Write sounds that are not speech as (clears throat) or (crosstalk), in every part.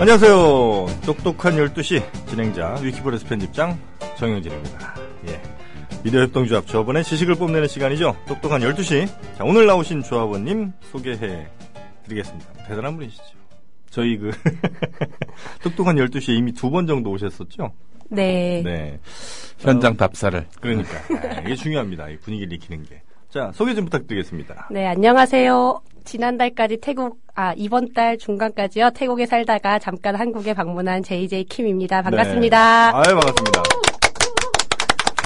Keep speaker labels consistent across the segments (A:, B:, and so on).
A: 안녕하세요. 똑똑한 12시 진행자 위키브레스 편집장 정영진입니다. 예. 미디어협동조 합 조합원의 지식을 뽐내는 시간이죠. 똑똑한 12시. 자, 오늘 나오신 조합원님 소개해 드리겠습니다. 대단한 분이시죠. 저희 그 (laughs) 똑똑한 12시에 이미 두 번 정도 오셨었죠?
B: 네.
A: 네.
C: 현장 답사를.
A: 그러니까 아, 이게 중요합니다. 이 분위기를 익히는 게. 자, 소개 좀 부탁드리겠습니다.
B: 네, 안녕하세요. 지난달까지 태국, 아, 이번 달 중간까지요. 태국에 살다가 잠깐 한국에 방문한 JJ 킴입니다. 반갑습니다.
A: 네. 아유, 반갑습니다.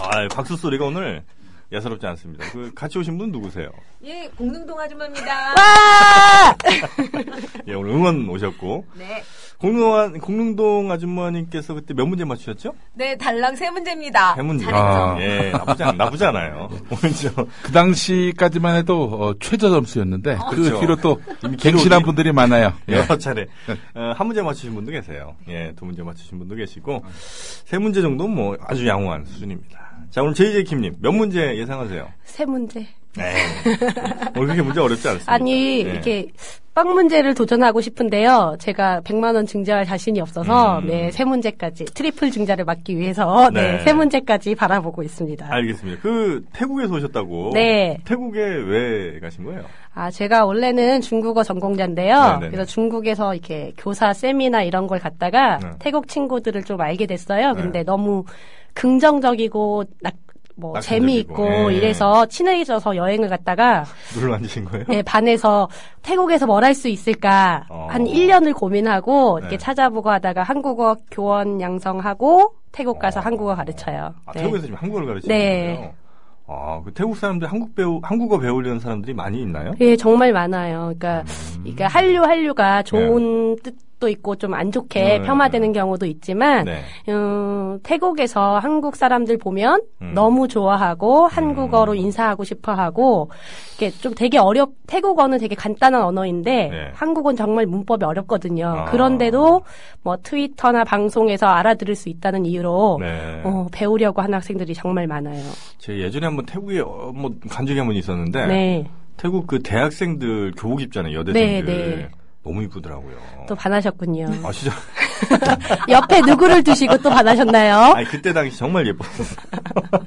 A: 아, 박수 소리가 오늘 예사롭지 않습니다. 그 같이 오신 분 누구세요?
D: 예, 공릉동 아줌마입니다.
A: 예, 오늘 응원 오셨고 아,
D: 네.
A: 공릉 공릉동 아줌마님께서 그때 몇 문제 맞추셨죠?
D: 네, 달랑 세 문제입니다.
A: 세 문제.
C: 아.
A: 예, 나쁘지 않, 나쁘지 않아요. 오늘 저
C: 그 당시까지만 해도 어, 최저 점수였는데 그
A: 그렇죠.
C: 뒤로 또
A: (laughs) 이미
C: 갱신한
A: 기록이-
C: 분들이 많아요. 예.
A: 여러 차례 어, 한 문제 맞추신 분도 계세요. 예, 두 문제 맞추신 분도 계시고 세 문제 정도는 뭐 아주 양호한 수준입니다. 자, 오늘 제이제이 킴님 몇 문제 예상하세요?
B: 세 문제.
A: 네. (laughs) 뭐 그렇게 문제 어렵지 않습니다.
B: 아니,
A: 예.
B: 이렇게 빵 문제를 도전하고 싶은데요. 제가 100만원 증자할 자신이 없어서,
A: 음.
B: 네, 세 문제까지, 트리플 증자를 막기 위해서, 네,
A: 네.
B: 세 문제까지 바라보고 있습니다.
A: 알겠습니다. 그 태국에서 오셨다고.
B: 네.
A: 태국에 왜 가신 거예요?
B: 아, 제가 원래는 중국어 전공자인데요.
A: 네네네.
B: 그래서 중국에서 이렇게 교사 세미나 이런 걸 갔다가
A: 네.
B: 태국 친구들을 좀 알게 됐어요.
A: 네.
B: 근데 너무 긍정적이고 낙, 뭐
A: 낙천적이고.
B: 재미있고
A: 예.
B: 이래서 친해져서 여행을
A: (laughs)
B: 갔다가
A: 눌러 앉으신 거예요?
B: 예, 반에서 태국에서 뭘 할 수 있을까
A: 어.
B: 한 1년을 고민하고 이렇게
A: 네.
B: 찾아보고 하다가 한국어 교원 양성하고 태국 가서
A: 어.
B: 한국어 가르쳐요.
A: 아,
B: 네.
A: 태국에서 지금 한국어를 가르치는
B: 네.
A: 거예요? 아, 그 태국 사람들 한국 배우 한국어 배우려는 사람들이 많이 있나요?
B: 예, 정말 많아요. 그러니까, 그러니까 한류 한류가 좋은 뜻도 있고 좀 안 좋게
A: 네,
B: 폄하되는 경우도 있지만
A: 네.
B: 음, 태국에서 한국 사람들 보면
A: 음.
B: 너무 좋아하고 한국어로 인사하고 싶어하고 이게 좀 되게 어렵 태국어는 되게 간단한 언어인데
A: 네.
B: 한국은 정말 문법이 어렵거든요.
A: 아.
B: 그런데도 뭐 트위터나 방송에서 알아들을 수 있다는 이유로
A: 네.
B: 어, 배우려고 하는 학생들이 정말 많아요.
A: 제 예전에 한번 태국에 어, 뭐간 적이 한 번 있었는데
B: 네.
A: 태국 그 대학생들 교복 입잖아요. 여대생들.
B: 네, 네.
A: 너무 이쁘더라고요.
B: 또 반하셨군요.
A: 아, 진짜.
B: 옆에 누구를 두시고 또 반하셨나요?
A: 아니, 그때 당시 정말
B: (laughs)
A: 예뻤어요.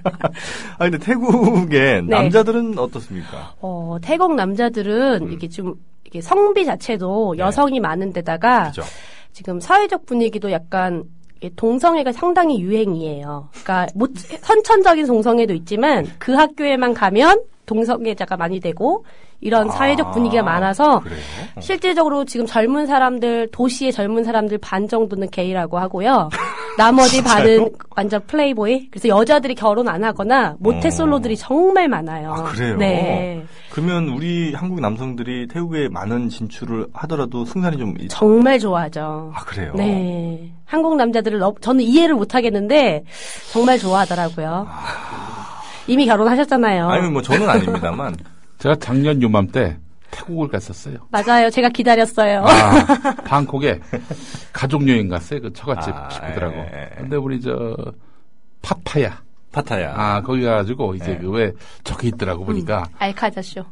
A: 아, 근데
B: 네.
A: 태국에 남자들은 어떻습니까?
B: 어, 태국
A: 음.
B: 남자들은 이게 좀 이게 성비 자체도 여성이 많은 데다가
A: 네. 그죠?
B: 지금 사회적 분위기도 약간 이게 동성애가 상당히 유행이에요. 그러니까 못- 선천적인 동성애도 있지만 그 학교에만 가면 동성애자가 많이 되고 이런 사회적 분위기가
A: 아,
B: 많아서
A: 그래요? 어.
B: 실질적으로 지금 젊은 사람들 도시의 젊은 사람들 반 정도는 게이라고 하고요. 나머지 반은 완전 플레이보이. 그래서 여자들이 결혼 안 하거나 모태
A: 어.
B: 솔로들이 정말 많아요.
A: 아, 그래요?
B: 어, 네.
A: 그러면 우리 한국 남성들이 태국에 많은 진출을 하더라도 승산이 좀 있...
B: 정말 좋아하죠.
A: 아 그래요?
B: 네. 한국 남자들을 너, 저는 이해를 못 하겠는데 정말 좋아하더라고요. 이미 결혼하셨잖아요.
A: 아니 뭐 저는
B: (laughs)
A: 아닙니다만
C: 제가 작년 요맘때 태국을 갔었어요.
B: 맞아요. 제가 기다렸어요.
C: 아, 방콕에 가족 여행 갔어요. 그 처갓집
A: 아,
C: 식구들하고.
A: 예.
C: 근데 우리 저 파타야.
A: 파타야.
C: 아, 거기 가지고 이제
A: 예. 음.
C: 그 왜 저기 있더라고 보니까
B: 알카자쇼.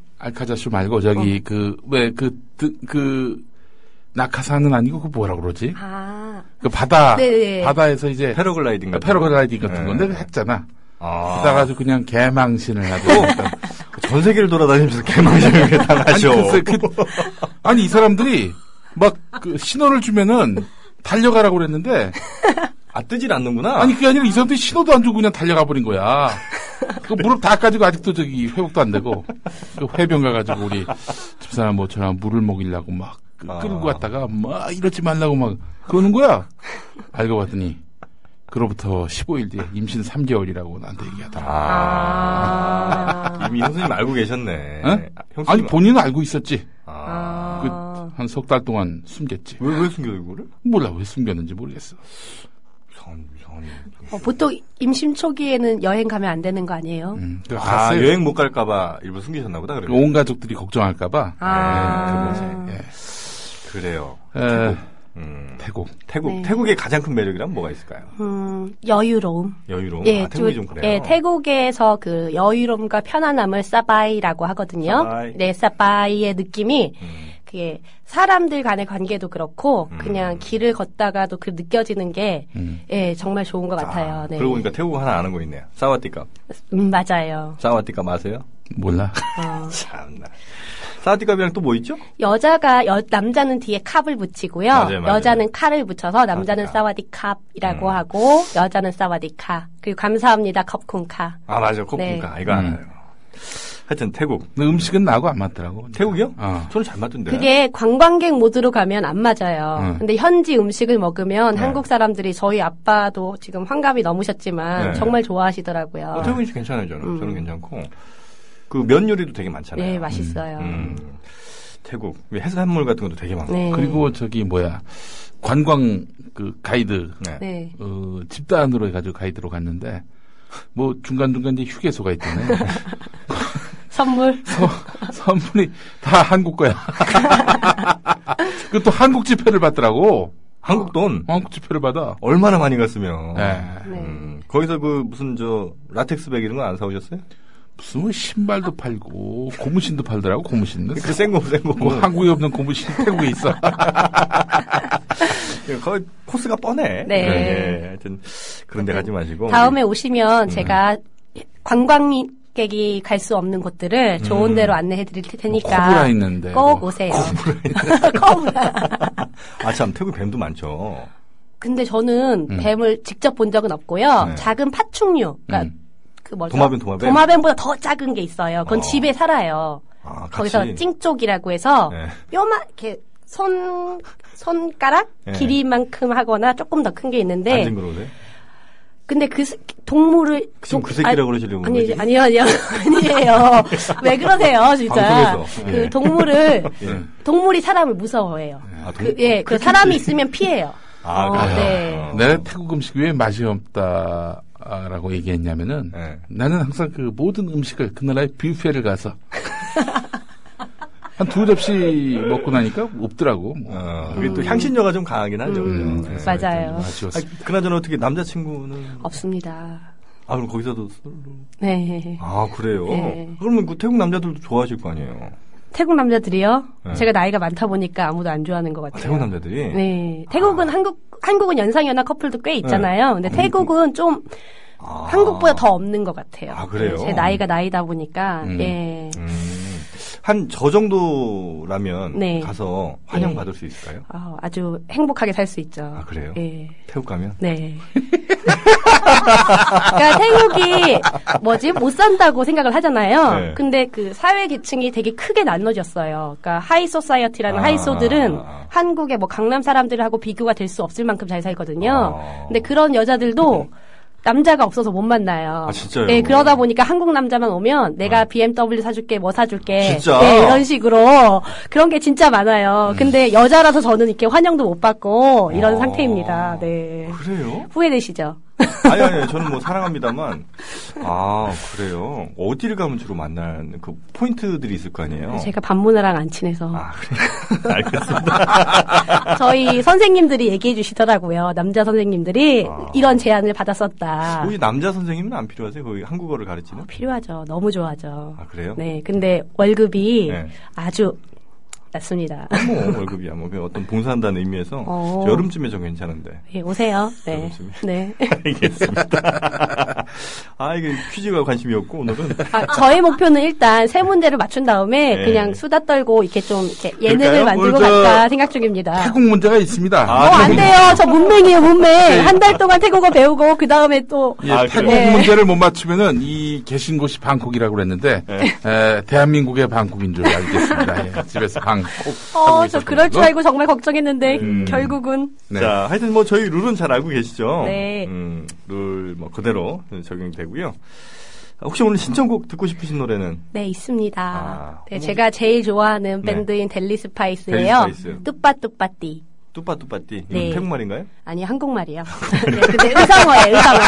C: 알카자슈 말고
A: 어.
C: 저기 그 왜 그그 그, 낙하산은 아니고 그 뭐라 그러지?
B: 아.
C: 그 바다
B: 네네.
C: 바다에서 이제
A: 패러글라이딩 같은
C: 아, 패러글라이딩 같은
A: 예.
C: 건데 그 했잖아.
A: 아. 그
C: 그러다가 아주 그냥 개망신을 하고
A: 전 세계를 돌아다니면서 개망신을 왜 당하셔?
C: 아니, 글쎄, 그, 아니 이 사람들이 막그 신호를 주면은 달려가라고 그랬는데
A: 아 뜨질 않는구나.
C: 아니 그게 아니라 이 사람들이 신호도 안 주고 그냥 달려가 버린 거야. 그 무릎 다 까지고 아직도 저기 회복도 안 되고 그 회병 가가지고 우리 집사람 모처럼 물을 먹이려고 막 그-
A: 아.
C: 끌고 갔다가 막 이러지 말라고 막 그러는 거야. 알고 봤더니 그로부터 15일 뒤에 임신 3개월이라고 나한테 얘기하더라.
B: 아.
A: 아, 이미 형수님 알고 계셨네.
C: 응?
A: 아, 형수님
C: 아니 본인은 알고 있었지.
A: 아.
C: 한 석 달 동안 숨겼지.
A: 왜, 왜 숨겨요, 이거를?
C: 몰라 왜 숨겼는지 모르겠어.
A: 이상한, 이상한.
B: 어, 보통 임신 초기에는 여행 가면 안 되는 거 아니에요?
C: 음, 그래서
A: 아,
C: 갔어요.
A: 여행 못 갈까봐 일부러 숨기셨나 보다, 그래요. 네, 그
C: 온 가족들이 걱정할까봐.
B: 아.
C: 예.
A: 그래요.
C: 에,
A: 음.
C: 태국.
A: 태국,
B: 네.
A: 태국의 가장 큰 매력이란 그 뭐가 있을까요?
B: 음, 여유로움.
A: 여유로움.
B: 예,
A: 아, 태국이
B: 저-
A: 좀 그래요.
B: 예, 태국에서 그 여유로움과 편안함을 사바이라고 하거든요.
A: 사바이.
B: 네, 사바이의 느낌이
A: 음.
B: 그게 사람들 간의 관계도 그렇고
A: 음.
B: 그냥 길을 걷다가도 그 느껴지는 게
C: 음.
B: 예, 정말 좋은 것 같아요.
A: 아,
B: 네.
A: 그러고 보니까 태국 하나 아는 거 있네요. 사와디캅.
B: 음, 맞아요.
A: 사와디캅 아세요?
C: 몰라. (laughs)
B: 어,
A: 참나. 사와디캅이랑 또 뭐 있죠?
B: 여자가 여- 남자는 뒤에 캅을 붙이고요.
A: 맞아요, 맞아요.
B: 여자는 칼을 붙여서 남자는
A: 사와디캅.
B: 사와디캅이라고
A: 음.
B: 하고 여자는 사와디카 그리고 감사합니다 컵쿤카.
A: 아, 맞아요. 코프니까. 이거
C: 음.
A: 알아요. 하여튼 태국.
C: 근데 음식은 나하고 안 맞더라고.
A: 태국이요?
C: 어.
A: 저는 잘 맞던데.
B: 그게 관광객 모드로 가면 안 맞아요.
C: 음.
B: 근데 현지 음식을 먹으면
A: 네.
B: 한국 사람들이 저희 아빠도 지금 환갑이
A: 네.
B: 넘으셨지만 정말 좋아하시더라고요.
A: 어, 태국인 씨 괜찮아요, 저는.
B: 음.
A: 저는 괜찮고. 그 면 요리도 되게 많잖아요.
B: 네, 맛있어요.
A: 음. 태국. 해산물 같은 것도 되게 많고.
B: 네.
C: 그리고 저기 뭐야 관광 그 가이드
A: 네.
B: 네.
C: 어, 집단으로 해가지고 가이드로 갔는데 뭐 중간 중간 이제 휴게소가 있잖아요.
A: (laughs)
B: 선물.
C: 서- (laughs) 선물이 다 한국 거야. (laughs) 그또 한국 지폐를 받더라고.
A: 한국 돈
C: 한국 지폐를 받아.
A: 얼마나 많이 갔으면.
C: 예.
B: 네.
A: 음, 거기서 그 무슨 저 라텍스 백 이런 거 안 사오셨어요?
C: 무슨 뭐 신발도 팔고 고무신도 팔더라고 고무신은.
A: 그 생거 생거.
C: 뭐 한국에 없는 고무신 태국에 있어. (laughs)
A: 예, 거의 코스가 뻔해.
B: 네.
A: 예, 하여튼 그런 데 가지 마시고.
B: 다음에 오시면 제가 관광객이 갈 수 없는 곳들을
A: 음.
B: 좋은 데로 안내해 드릴
A: 뭐
C: 코브라
B: 테니까
C: 있는데.
B: 꼭
C: 뭐.
B: 오세요.
A: 아 참 태국 뱀도 많죠.
B: 근데 저는 뱀을 직접 본 적은 없고요.
A: 음. 네.
B: 작은 파충류. 그러니까
C: 음.
B: 그 뭐죠?
A: 도마뱀, 도마뱀?
B: 보다더 작은 게 있어요. 그건
A: 어.
B: 집에 살아요.
A: 아, 같이.
B: 거기서 찡쪽이라고 해서
A: 네.
B: 요만 이렇게 손 손가락
A: 네.
B: 길이만큼 하거나 조금 더 큰 게 있는데
A: 안징그러세
B: 근데 그 스- 동물을
A: 지금
B: 동-
A: 그 새끼라고 그러시려고
B: 아니
A: 그러지?
B: 아니요 (laughs) 아니요 아니에요 왜 그러세요 진짜
A: 방송에서.
B: 그 동물을
A: 예.
B: 동물이 사람을 무서워해요
A: 아, 동-
B: 그, 예, 그 사람이 있으면 피해요
A: 아,
B: 어,
A: 그래요?
B: 네.
A: 어.
C: 내가 태국 음식 왜 맛이 없다라고 얘기했냐면은
A: 네.
C: 나는 항상 그 모든 음식을 그 나라의 뷔페를 가서 한 두 접시 먹고 나니까 없더라고. 뭐.
A: 어, 그게 또 향신료가 좀 강하긴 하죠.
B: 음,
A: 그죠? 예.
B: 맞아요
C: 아쉬웠어.
A: 아, 그나저나 어떻게 남자친구는
B: 없습니다
A: 아 그럼 거기서도 술로
B: 네
A: 아 그래요?
B: 네.
A: 그러면 그 태국 남자들도 좋아하실 거 아니에요?
B: 태국 남자들이요
A: 네.
B: 제가 나이가 많다 보니까 아무도 안 좋아하는 것
A: 아,
B: 같아요
A: 태국 남자들이
B: 네. 태국은 한국, 한국은 연상연하 커플도 꽤 있잖아요. 근데 태국은 좀
A: 음. 아.
B: 한국보다 더 없는 것 같아요.
A: 아, 그래요?
B: 제 나이가 나이다 보니까,
C: 음.
B: 예.
A: 음, 한 저 정도라면
B: 네.
A: 가서 환영받을 수 있을까요?
B: 아, 아주 행복하게 살 수 있죠.
A: 아 그래요?
B: 예.
A: 태국 가면?
B: 네. (laughs) 그러니까 태국이 뭐지 못 산다고 생각을 하잖아요.
A: 네.
B: 근데 그 사회 계층이 되게 크게 나눠졌어요. 그러니까 하이 소사이어티라는
A: 아.
B: 하이 소들은 한국의 뭐 강남 사람들하고 비교가 될 수 없을 만큼 잘 살거든요.
A: 아. 네.
B: 근데 그런 여자들도 남자가 없어서 못 만나요.
A: 아, 진짜요? 아.
B: 네, 그러다 보니까 한국 남자만 오면 내가 BMW 사줄게, 뭐 사줄게.
A: 진짜?
B: 네, 이런 식으로 그런 게 진짜 많아요.
A: 음.
B: 근데 여자라서 저는 이렇게 환영도 못 받고 이런
A: 아.
B: 상태입니다. 네.
A: 그래요?
B: 후회되시죠?
A: 아니 아니 저는 뭐 사랑합니다만 아 그래요? 어디를 가면 주로 만나는 그 포인트들이 있을 거 아니에요?
B: 제가 반문화랑 안 친해서
A: 아 그래요? (laughs) 알겠습니다.
B: 저희 선생님들이 얘기해 주시더라고요. 남자 선생님들이
A: 아.
B: 이런 제안을 받았었다.
A: 혹시 남자 선생님은 안 필요하세요? 거기 한국어를 가르치는?
B: 아. 필요하죠. 너무 좋아하죠.
A: 아 그래요?
B: 네, 근데 월급이
A: 네.
B: 아주 낮습니다. (laughs)
A: 뭐 월급이야 뭐 그냥 어떤 봉사한다는 의미에서
B: 어.
A: 저 여름쯤에 좀 괜찮은데
B: 예, 오세요. 네,
A: 그렇습니다.
B: 네.
A: 알겠습니다. (laughs) 아 이게 퀴즈가 관심이 없고 오늘은
B: 아, 저의 목표는 일단 세 문제를 맞춘 다음에
A: 네.
B: 그냥 수다 떨고 이렇게 좀 이렇게
A: 그럴까요?
B: 예능을 만들고
C: 오늘 저-
B: 갈까 생각 중입니다.
C: 아, 태국 문제가 있습니다.
A: 아,
B: 어, 안 돼요. 저 문맹이에요,
A: 네.
B: 문맹. 한 달 동안 태국어 배우고 그 다음에 또
C: 예,
A: 아,
C: 태국
B: 그래요?
C: 문제를 못 맞추면은 이 계신 곳이 방콕이라고 그랬는데
A: 네.
C: 에, 대한민국의 방콕인 줄 알겠습니다. 예, 집에서 방콕.
B: 어, 저 그럴 줄 알고 정말 걱정했는데
A: 음.
B: 결국은
C: 네.
A: 자, 하여튼 뭐 저희 룰은 잘 알고 계시죠?
B: 네.
A: 음, 룰 뭐 그대로 적용되고요. 아, 혹시 오늘 신청곡 듣고 싶으신 노래는
B: 네 있습니다.
A: 아.
B: 네, 제가 제일 좋아하는
A: 네.
B: 밴드인 델리 스파이스예요.
A: 델리 스파이스.
B: 뚜빠뚜빠띠.
A: 뚜빠뚜빠띠 이건
B: 네.
A: 태국말인가요?
B: 아니 한국말이요. (laughs) 네, 근데 의상어예요, 의상어.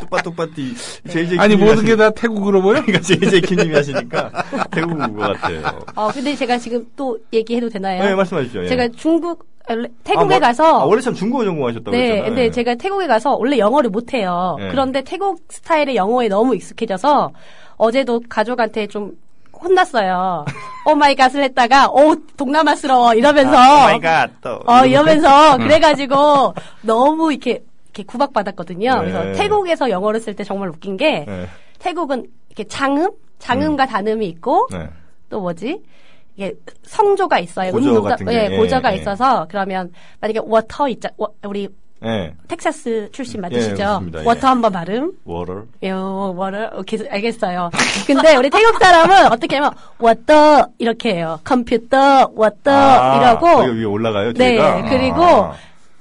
A: 뚜빠뚜빠띠
B: 네.
A: 제이제이
C: 아니 모든 게 다 태국으로 보여?
A: 그러니까 (laughs) 제이제이 킴님이 하시니까 태국인 것 같아요.
B: 어, 근데 제가 지금 또 얘기해도 되나요?
A: 네, 말씀하시죠. 예.
B: 제가 중국 아, 원래 태국에
A: 아, 뭐-
B: 가서
A: 아, 원래 참 중국어 전공하셨다고
B: 네,
A: 했잖아요.
B: 근데 제가 태국에 가서 원래 영어를 못해요.
A: 네.
B: 그런데 태국 스타일의 영어에 너무 익숙해져서 어제도 가족한테 좀 혼났어요.
A: (laughs)
B: 오마이갓을 했다가 오 동남아스러워 이러면서
A: 오마이갓 Oh 또.
B: 어 이러면서 그래가지고 너무 이렇게 이렇게 구박받았거든요.
A: 네.
B: 그래서 태국에서 영어를 쓸 때 정말 웃긴 게
A: 네.
B: 태국은 이렇게 장음, 장음과 단음이 있고
A: 네.
B: 또 뭐지? 이게 성조가 있어요.
A: 고저
B: 음조가-
A: 같은 게.
B: 예,
A: 예,
B: 고저가
A: 예.
B: 있어서 그러면 만약에 워터 있자 워- 우리
A: 예.
B: 텍사스 출신
A: 예,
B: 맞으시죠?
A: 맞습니다. 예.
B: 워터 한번 발음.
A: 워터.
B: 예, 워터. 오케이, 알겠어요. 근데 우리 태국 사람은 어떻게 하면 워터 이렇게 해요. 컴퓨터 워터
A: 아, 거기 위에
B: 이러고
A: 올라가요.
B: 네,
A: 뒤에가?
B: 그리고
A: 아.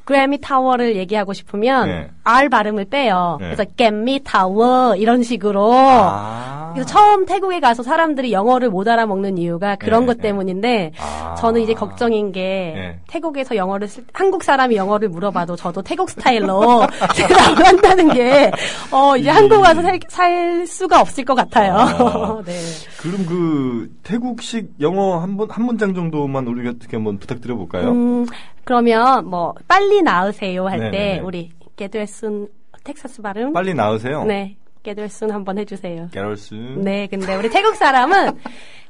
B: 그래미 타워를 얘기하고 싶으면
A: 네.
B: R 발음을 빼요.
A: 네.
B: 그래서 겟미 타워 이런 식으로
A: 아.
B: 그래서 처음 태국에 가서 사람들이 영어를 못 알아먹는 이유가 그런
A: 예,
B: 것
A: 예.
B: 때문인데
A: 아.
B: 저는 이제 걱정인 게
A: 예.
B: 태국에서 영어를 쓸, 한국 사람이 영어를 물어봐도 저도 태국 스타일로 (laughs) 대답을 한다는 게 어, 이제 한국 와서 살, 살 수가 없을 것 같아요.
A: 아.
B: (laughs) 네.
A: 그럼 그 태국식 영어 한번한 문장 정도만 우리가 어떻게 한번 부탁드려 볼까요?
B: 음, 그러면 뭐 빨리 나으세요 할
A: 네네네.
B: 때 우리 게드웨슨 텍사스 발음
A: 빨리 나으세요.
B: 네. 게드웨슨 한번 해 주세요.
A: 게럴스.
B: 네, 근데 우리 태국 사람은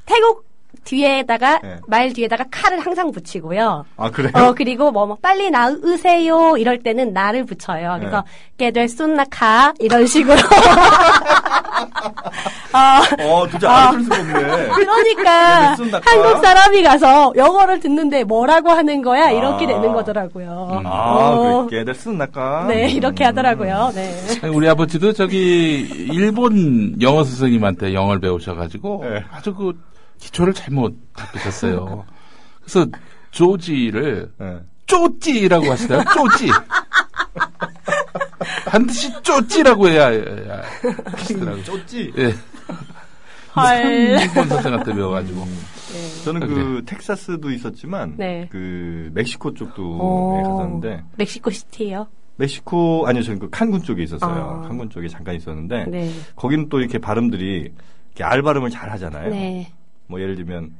B: 태국 뒤에다가
A: 네.
B: 말 뒤에다가 칼을 항상 붙이고요.
A: 아 그래요?
B: 어 그리고 뭐, 뭐 빨리 나으세요 이럴 때는 나를 붙여요. 그래서
A: 네.
B: 게될 순나카 이런 식으로. (laughs) 어,
A: 어 진짜 알아들 수가 없네.
B: 그러니까
A: 게될 순 나카?
B: 한국 사람이 가서 영어를 듣는데 뭐라고 하는 거야 이렇게
A: 아. 음.
B: 되는 거더라고요.
A: 아,
B: 어,
A: 그 게럴스 나까.
B: 네 이렇게 하더라고요. 네.
C: 우리 아버지도 저기 일본 영어 선생님한테 영어를 배우셔가지고
A: 네.
C: 아주 그 기초를 잘못 닦으셨어요. 그래서 조지를
A: 네.
C: 쪼찌라고 하시더라고요. 쪼찌. 반드시 쪼찌라고 해야, 해야 하시더라고요.
A: 쫓지.
C: 예.
B: 헐.
C: 일본 선생한테 배워가지고.
A: 저는
C: 아,
A: 그
C: 그래요?
A: 텍사스도 있었지만
B: 네.
A: 그 멕시코 쪽도
B: 어,
A: 예, 갔었는데
B: 멕시코 시티예요.
A: 멕시코 아니요 저는 그 칸군 쪽에 있었어요.
B: 아.
A: 칸군 쪽에 잠깐 있었는데
B: 네.
A: 거기는 또 이렇게 발음들이 이렇게 알 발음을 잘 하잖아요.
B: 네.
A: 뭐 예를 들면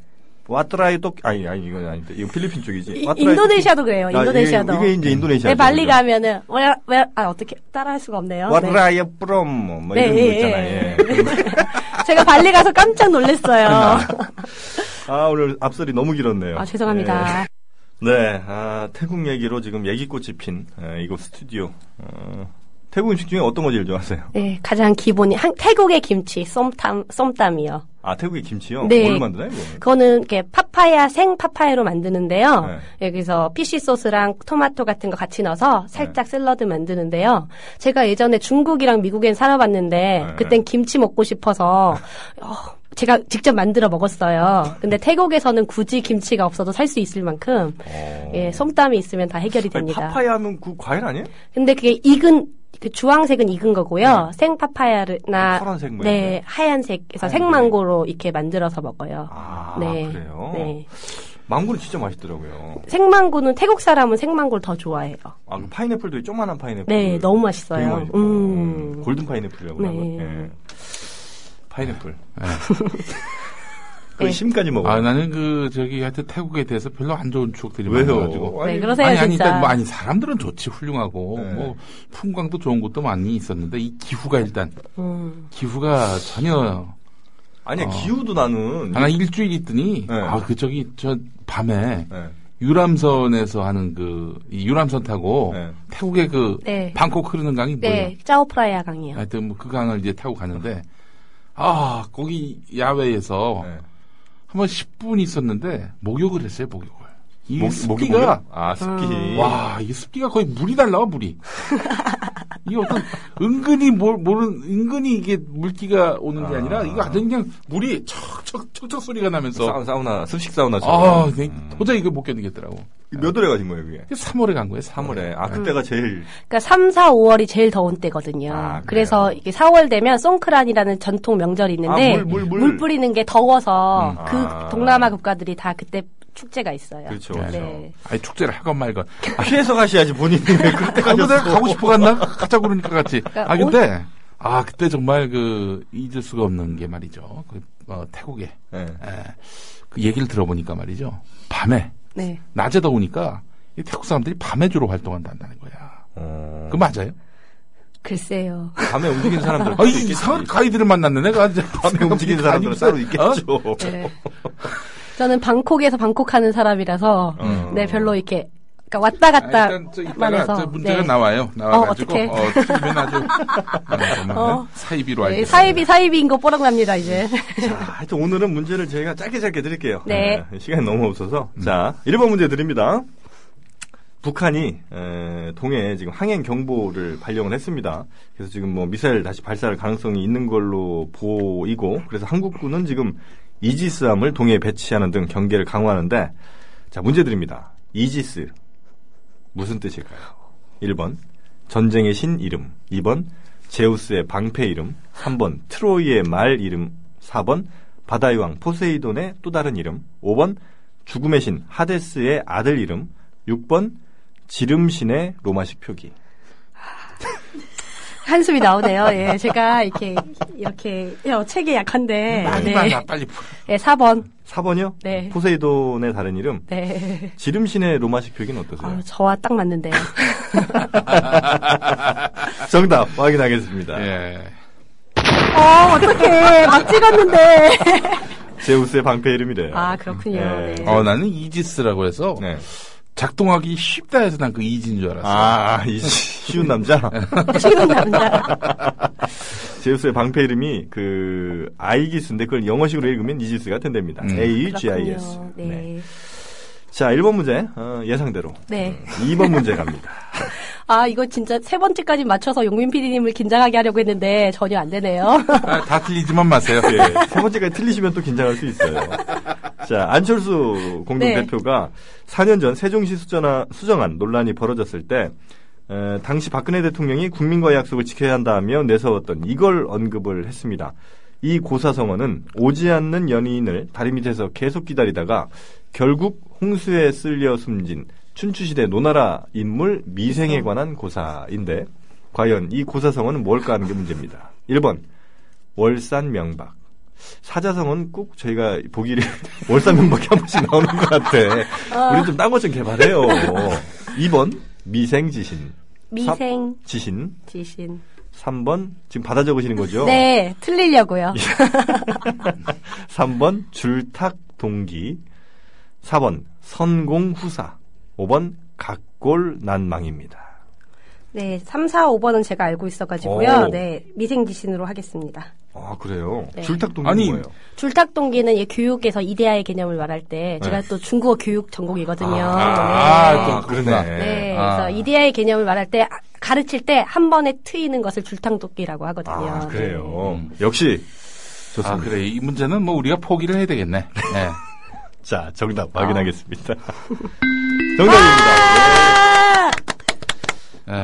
A: 와트라이 똑 아니 아니 이건 아닌데 이건 필리핀 쪽이지.
B: 이-
A: 와트라이
B: 인도네시아도 그래요.
A: 예, 아,
B: 인도네시아도.
A: 이게, 이게 이제 인도네시아.
B: 네, 발리 가면은 왜왜아 어떻게 따라할 수가 없네요. 네.
A: 와트라이 프롬 뭐
B: 네,
A: 이런
B: 예,
A: 거 있잖아요.
B: 예.
A: 예.
B: (laughs) 제가 발리 가서 깜짝 놀랐어요.
A: 아 오늘 앞설이 너무 길었네요.
B: 아, 죄송합니다.
A: 예. 네, 아, 태국 얘기로 지금 얘기꽃이 핀 예, 이곳 스튜디오. 어, 태국 음식 중에 어떤 거 제일 좋아하세요?
B: 네, 가장 기본이 한, 태국의 김치 쏨땀 쏨땀이요.
A: 아 태국의 김치요?
B: 네.
A: 뭘로 만드나요? 이거?
B: 그거는 이렇게 파파야 생 파파야로 만드는데요.
A: 네.
B: 여기서 피쉬 소스랑 토마토 같은 거 같이 넣어서
A: 네.
B: 살짝 샐러드 만드는데요. 제가 예전에 중국이랑 미국엔 살아봤는데
A: 네.
B: 그땐 김치 먹고 싶어서 어, 제가 직접 만들어 먹었어요. 근데 태국에서는 굳이 김치가 없어도 살 수 있을 만큼
A: 어.
B: 예, 쏨땀이 있으면 다 해결이
A: 아니,
B: 됩니다.
A: 파파야 하면 그 과일 아니에요?
B: 근데 그게 익은 그 주황색은 익은 거고요. 생 파파야나
A: 네. 아, 파란색 모양이요?
B: 네 하얀색에서
A: 하얀색.
B: 생망고로 이렇게 만들어서 먹어요.
A: 아
B: 네.
A: 그래요?
B: 네.
A: 망고는 진짜 맛있더라고요.
B: 생망고는 태국 사람은 생망고를 더 좋아해요.
A: 아, 그 파인애플도 조그만한 파인애플.
B: 네, 너무 맛있어요.
A: 되게 맛있고.
B: 음.
A: 골든 파인애플이라고 네.
B: 네.
A: 예. 파인애플. (laughs)
C: 네.
A: 그
B: 네.
A: 심까지 먹어.
C: 아,
A: 요
C: 나는 그, 저기, 하여튼 태국에 대해서 별로 안 좋은 추억들이
A: 왜요?
C: 많아가지고.
B: 네, 그러세요
C: 아니, 아니,
B: 진짜.
C: 일단 뭐, 아니, 사람들은 좋지, 훌륭하고,
A: 네.
C: 뭐, 풍광도 좋은 곳도 많이 있었는데, 이 기후가 일단,
B: 음.
C: 기후가 전혀,
A: 음. 아니야,
C: 어.
A: 기후도 나는.
C: 아, 나 일주일 있더니,
A: 네.
C: 아, 그, 저기, 저, 밤에,
A: 예.
C: 유람선에서 하는 그, 이 유람선 타고,
A: 네.
C: 태국의 그,
B: 네.
C: 방콕 흐르는 강이 뭐예요?
B: 네, 짜오프라야 강이요.
C: 하여튼 뭐 그 강을 이제 타고 가는데, 아, 거기 야외에서,
A: 예.
C: 한 번 10분 있었는데, 목욕을 했어요, 목욕을. 이
A: 목- 목이
C: 습기가,
A: 뭐예요? 아, 습기.
C: 와, 이 습기가 거의 물이 달라와, (laughs) 물이. 이게 어떤, 은근히 뭘, 모른, 은근히 이게 물기가 오는 게
A: 아.
C: 아니라, 이거 아주 그냥 물이 척척, 척척 소리가 나면서,
A: 사우나, 사우나, 습식 사우나처럼.
C: 아, 그냥 도저히 이거 못 견디겠더라고.
A: 몇 월에 가신 거예요, 그게?
C: 3월에 간 거예요, 3월에.
A: 3월에. 아, 그때가 제일.
B: 그러니까 3, 4, 5월이 제일 더운 때거든요.
A: 아, 그래요?
B: 그래서 이게 4월 되면 송크란이라는 전통 명절이 있는데
A: 아, 물, 물, 물.
B: 뿌리는 게 더워서
A: 음.
B: 그
A: 아.
B: 동남아 국가들이 다 그때 축제가 있어요.
A: 그렇죠,
B: 네.
A: 그렇죠.
C: 아니, 축제를
A: (laughs)
C: 하건 말건.
A: 피해서 가셔야지, 본인이. 왜 그때
C: (laughs) 아, 근데
A: 가셨어.
C: 가고 싶어 갔나? 가자 (laughs) 그러니까 같이. 아,
B: 옷-
C: 근데, 아, 그때 정말 그, 잊을 수가 없는 게 말이죠. 그, 어, 태국에.
A: 예.
C: 예. 그 얘기를 들어보니까 말이죠. 밤에,
B: 네.
C: 낮에 더우니까, 이 태국 사람들이 밤에 주로 활동한다는 거야.
A: 어.
C: 그거 맞아요?
B: 글쎄요.
A: 밤에 움직이는 사람들.
C: 아, 이 이상한 가이드를 만났네, 내가. 이제
A: 밤에 움직이는 사람들은 따로
C: 어?
A: 있겠죠.
B: 그러니까 네. (laughs) 저는 방콕에서 방콕하는 사람이라서
A: 어.
B: 네 별로 이렇게 그러니까 왔다 갔다
C: 음. 아, 일단 저 이따가
B: 많아서
C: 저 문제가
B: 네.
C: 나와요. 나와가지고
B: 어떡해.
C: 어, 틀리면
B: (laughs)
C: 아주 어,
B: 어.
C: 사이비로
B: 네,
C: 알겠습니다.
B: 사이비 사이비인 거 뽀록납니다 이제.
A: (laughs) 자, 하여튼 오늘은 문제를 저희가 짧게 짧게 드릴게요.
B: 네.
A: 예, 시간이 너무 없어서. 자, 1번 문제 드립니다. 북한이 에, 동해에 지금 항행 경보를 발령을 했습니다. 그래서 지금 뭐 미사일 다시 발사할 가능성이 있는 걸로 보이고 그래서 한국군은 지금 이지스함을 동해에 배치하는 등 경계를 강화하는데 자, 문제 드립니다. 이지스 무슨 뜻일까요? 1번 전쟁의 신 이름 2번 제우스의 방패 이름 3번 트로이의 말 이름 4번 바다의 왕 포세이돈의 또 다른 이름 5번 죽음의 신 하데스의 아들 이름 6번 지름신의 로마식 표기
B: 한숨이 나오네요. 예, 제가 이렇게 이렇게 어, 책에 약한데
C: 많이
B: 네.
C: 만나, 빨리 풀어.
B: 네, 4번.
A: 4번이요?
B: 네.
A: 포세이돈의 다른 이름
B: 네.
A: 지름신의 로마식 표기는 어떠세요?
B: 아, 저와 딱 맞는데요.
A: 정답 확인하겠습니다.
C: 예.
B: 어, 어떡해. 막 찍었는데.
A: 제우스의 방패 이름이래요.
B: 아, 그렇군요.
A: 예.
B: 네.
C: 어, 나는 이지스라고 해서
A: 네.
C: 작동하기 쉽다 해서 난 그 이지인 줄 알았어.
A: 아, 이 쉬운 남자.
B: 쉬운 남자.
A: 제우스의 방패 이름이 그 아이기스인데 그걸 영어식으로 읽으면 이지스가 된답니다.
C: 음.
A: A G I S.
B: 그렇군요. 네.
A: 자, 1번 문제 어, 예상대로.
B: 네.
A: 2번 문제 갑니다.
B: 아, 이거 진짜 세 번째까지 맞춰서 용민 PD님을 긴장하게 하려고 했는데 전혀 안 (laughs) 되네요.
C: 아, 다 틀리지만 마세요.
A: 예, 세 번째까지 틀리시면 또 긴장할 수 있어요. 자, 안철수 공동대표가 4년 전 세종시 수전하, 수정안 논란이 벌어졌을 때 에, 당시 박근혜 대통령이 국민과의 약속을 지켜야 한다며 내세웠던 이걸 언급을 했습니다. 이 고사성어는 오지 않는 연인을 다리 밑에서 계속 기다리다가 결국 홍수에 쓸려 숨진 춘추시대 노나라 인물 미생에 관한 고사인데 과연 이 고사성어는 뭘까 하는 게 문제입니다. 1번 월산 명박. 사자성은 꼭 저희가 보기를 (laughs) 월산 명박이 한 번씩 나오는 것 같아. 우리 좀 딴 것 좀 개발해요. 2번 미생지신.
B: 미생
A: 지신.
B: 지신.
A: 3번 지금 받아 적으시는 거죠?
B: 네, 틀리려고요.
A: 3번 줄탁 동기. 4번 선공 후사. 5번 각골 난망입니다.
B: 네, 3, 4, 5번은 제가 알고 있어가지고요.
A: 오.
B: 네, 미생 지신으로 하겠습니다.
A: 아 그래요?
B: 네.
A: 줄탁 동기
C: 아니,
A: 뭐예요?
B: 줄탁동기는 이 교육에서 이데아의 개념을 말할
A: 네.
B: 때 제가 또 중국어 교육 전공이거든요. 네.
C: 아, 또 그러네.
A: 그러네.
B: 네,
C: 아.
B: 그래서 이데아의 개념을 말할 때 아, 가르칠 때 한 번에 트이는 것을 줄탕도끼라고 하거든요.
A: 아 그래요.
C: 음.
A: 역시
C: 아,
A: 좋습니다.
C: 그래. 이 문제는 뭐 우리가 포기를 해야 되겠네. 네.
A: 자, 정답
C: 아.
A: 확인하겠습니다. (laughs) 정답입니다.
B: 아!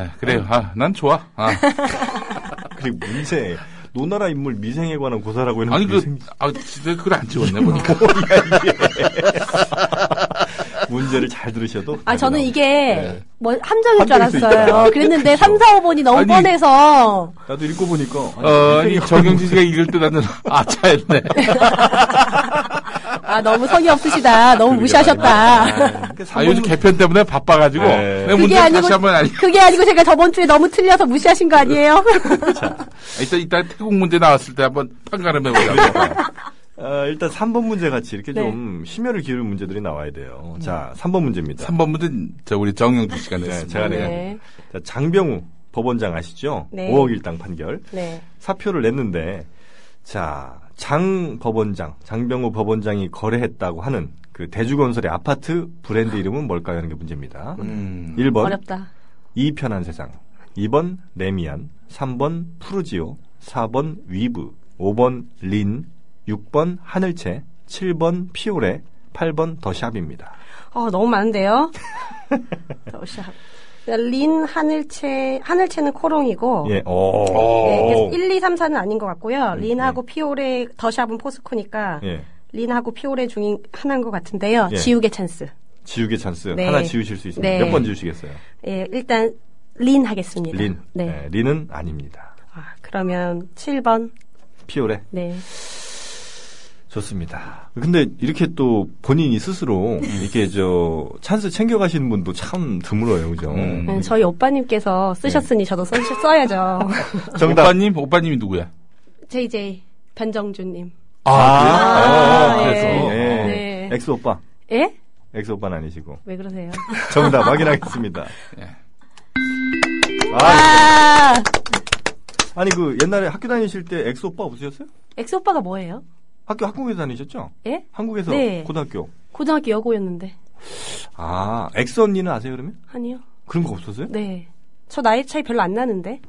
C: 예, 그래요. 아, 난 좋아. 아.
A: 그리고 문제 노나라 인물 미생에 관한 고사라고
C: 아니,
A: 했는데
C: 그,
A: 미생-
C: 아, 진짜 그걸 안 찍었네, 보니까.
A: 문제를 잘 들으셔도
B: 아, 저는
A: 답이
B: 이게
C: 네.
B: 뭐 함정일 줄
A: 함정일 수 아,
B: 알았어요.
A: 있다.
B: 그랬는데 3, 4, 5번이 너무
C: 아니.
B: 뻔해서
A: 나와요. 나도 읽고 보니까
C: 어,
A: 미생이
C: 아니, 정영진 씨가 읽을 때 나는 (laughs) 아차했네.
B: 아 너무 성의 없으시다. 너무
A: 그러게
B: 무시하셨다.
A: 그러니까
C: 아, 요즘 개편 때문에 바빠가지고.
A: 네.
C: 내 문제
B: 그게 아니고
C: 다시 한번 알려.
B: 그게 아니고 제가 저번 주에 너무 틀려서 무시하신 거 아니에요?
C: 이따, 이따 태국 문제 나왔을 때 한번 판가름 해보자.
A: 어, 일단 3번 문제 같이 이렇게
B: 네.
A: 좀 심혈을 기울인 문제들이 나와야 돼요.
C: 네.
A: 자, 3번 문제입니다.
C: 3번 문제, 저 우리 정영진 씨가
A: 네,
C: 냈습니다.
A: 제가
B: 네.
A: 내가 자, 장병우 법원장 아시죠?
B: 네.
A: 5억 일당 판결.
B: 네.
A: 사표를 냈는데 자, 장 법원장, 장병우 법원장이 거래했다고 하는 그 대주건설의 아파트 브랜드 이름은 뭘까요? 하는 게 문제입니다.
C: 음.
A: 1번
B: 어렵다.
A: 이 편한 세상, 2번 레미안, 3번 푸르지오, 4번 위브, 5번 린, 6번 하늘채, 7번 피오레, 8번 더샵입니다.
B: 어, 너무
A: (laughs)
B: 많은데요? 러시아. 린, 하늘채, 하늘채는 코롱이고,
A: 예, 오.
B: 어.
A: 음,
B: 네, 그래서 1, 2, 3, 4는 아닌 것 같고요. 린하고 피오레, 더샵은 포스코니까,
A: 예,
B: 린하고 피오레 중인 하나인 것 같은데요.
A: 예.
B: 지우개 찬스.
A: 지우개 찬스
B: 네.
A: 하나 지우실 수 있습니다.
B: 네.
A: 몇 번 지우시겠어요?
B: 예, 일단, 린 하겠습니다.
A: 린,
B: 네.
A: 예, 린은 아닙니다.
B: 아, 그러면 7번.
A: 피오레
B: 네.
A: 좋습니다. 근데 이렇게 또 본인이 스스로
B: 네.
A: 이렇게 저 찬스 챙겨가시는 분도 참 드물어요, 그죠?
C: 음.
B: 음, 저희 오빠님께서
A: 예.
B: 쓰셨으니 저도 써, 써야죠. (laughs)
A: 정답.
C: 오빠님, 오빠님이 누구야?
B: JJ 변정주님. 아,
C: 아, 그래요? 어,
B: 예.
C: 그래서.
A: 예.
B: 네.
A: 엑소 오빠.
B: 예?
A: 엑소 오빠는 아니시고. (laughs)
B: 왜 그러세요?
A: 정답 확인하겠습니다.
C: 예.
A: 아,
B: 아!
A: 아니 그 옛날에 학교 다니실 때 엑소 오빠 없으셨어요?
B: 엑소 오빠가 뭐예요?
A: 학교 한국에서 다니셨죠?
B: 예?
A: 한국에서
B: 네.
A: 고등학교.
B: 고등학교 여고였는데.
A: 아, 엑소 언니는 아세요 그러면?
B: 아니요.
A: 그런 거 없었어요?
B: 네. 저 나이 차이 별로 안 나는데.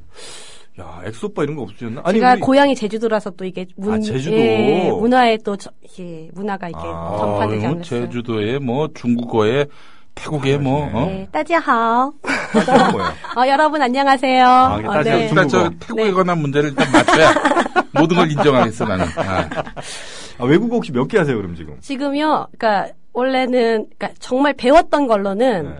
A: 야, 엑소 오빠 이런 거 없으셨나? 아니
B: 제가
A: 우리-
B: 고향이 제주도라서 또 이게 문,
A: 아, 제주도.
B: 예, 문화에 또 저, 예, 문화가 이게
A: 아,
B: 전파되지
C: 뭐
B: 않았어요.
C: 제주도에 뭐 중국어에 태국에 뭐
A: 그러시네.
C: 어?
B: 네, 따지하오.
A: (laughs) 다시 한 거예요.
B: 어, 여러분 안녕하세요.
A: 아, 이게
B: 어,
A: 따지하오
B: 네.
C: 일단 그러니까 저
A: 중국어.
C: 태국에 관한 문제를 일단 맞춰야 모든 걸 인정하겠어 나는. 아,
A: 아, 외국어 혹시 몇 개 하세요 그럼 지금?
B: 지금요, 그러니까 원래는 그러니까 정말 배웠던 걸로는
A: 네.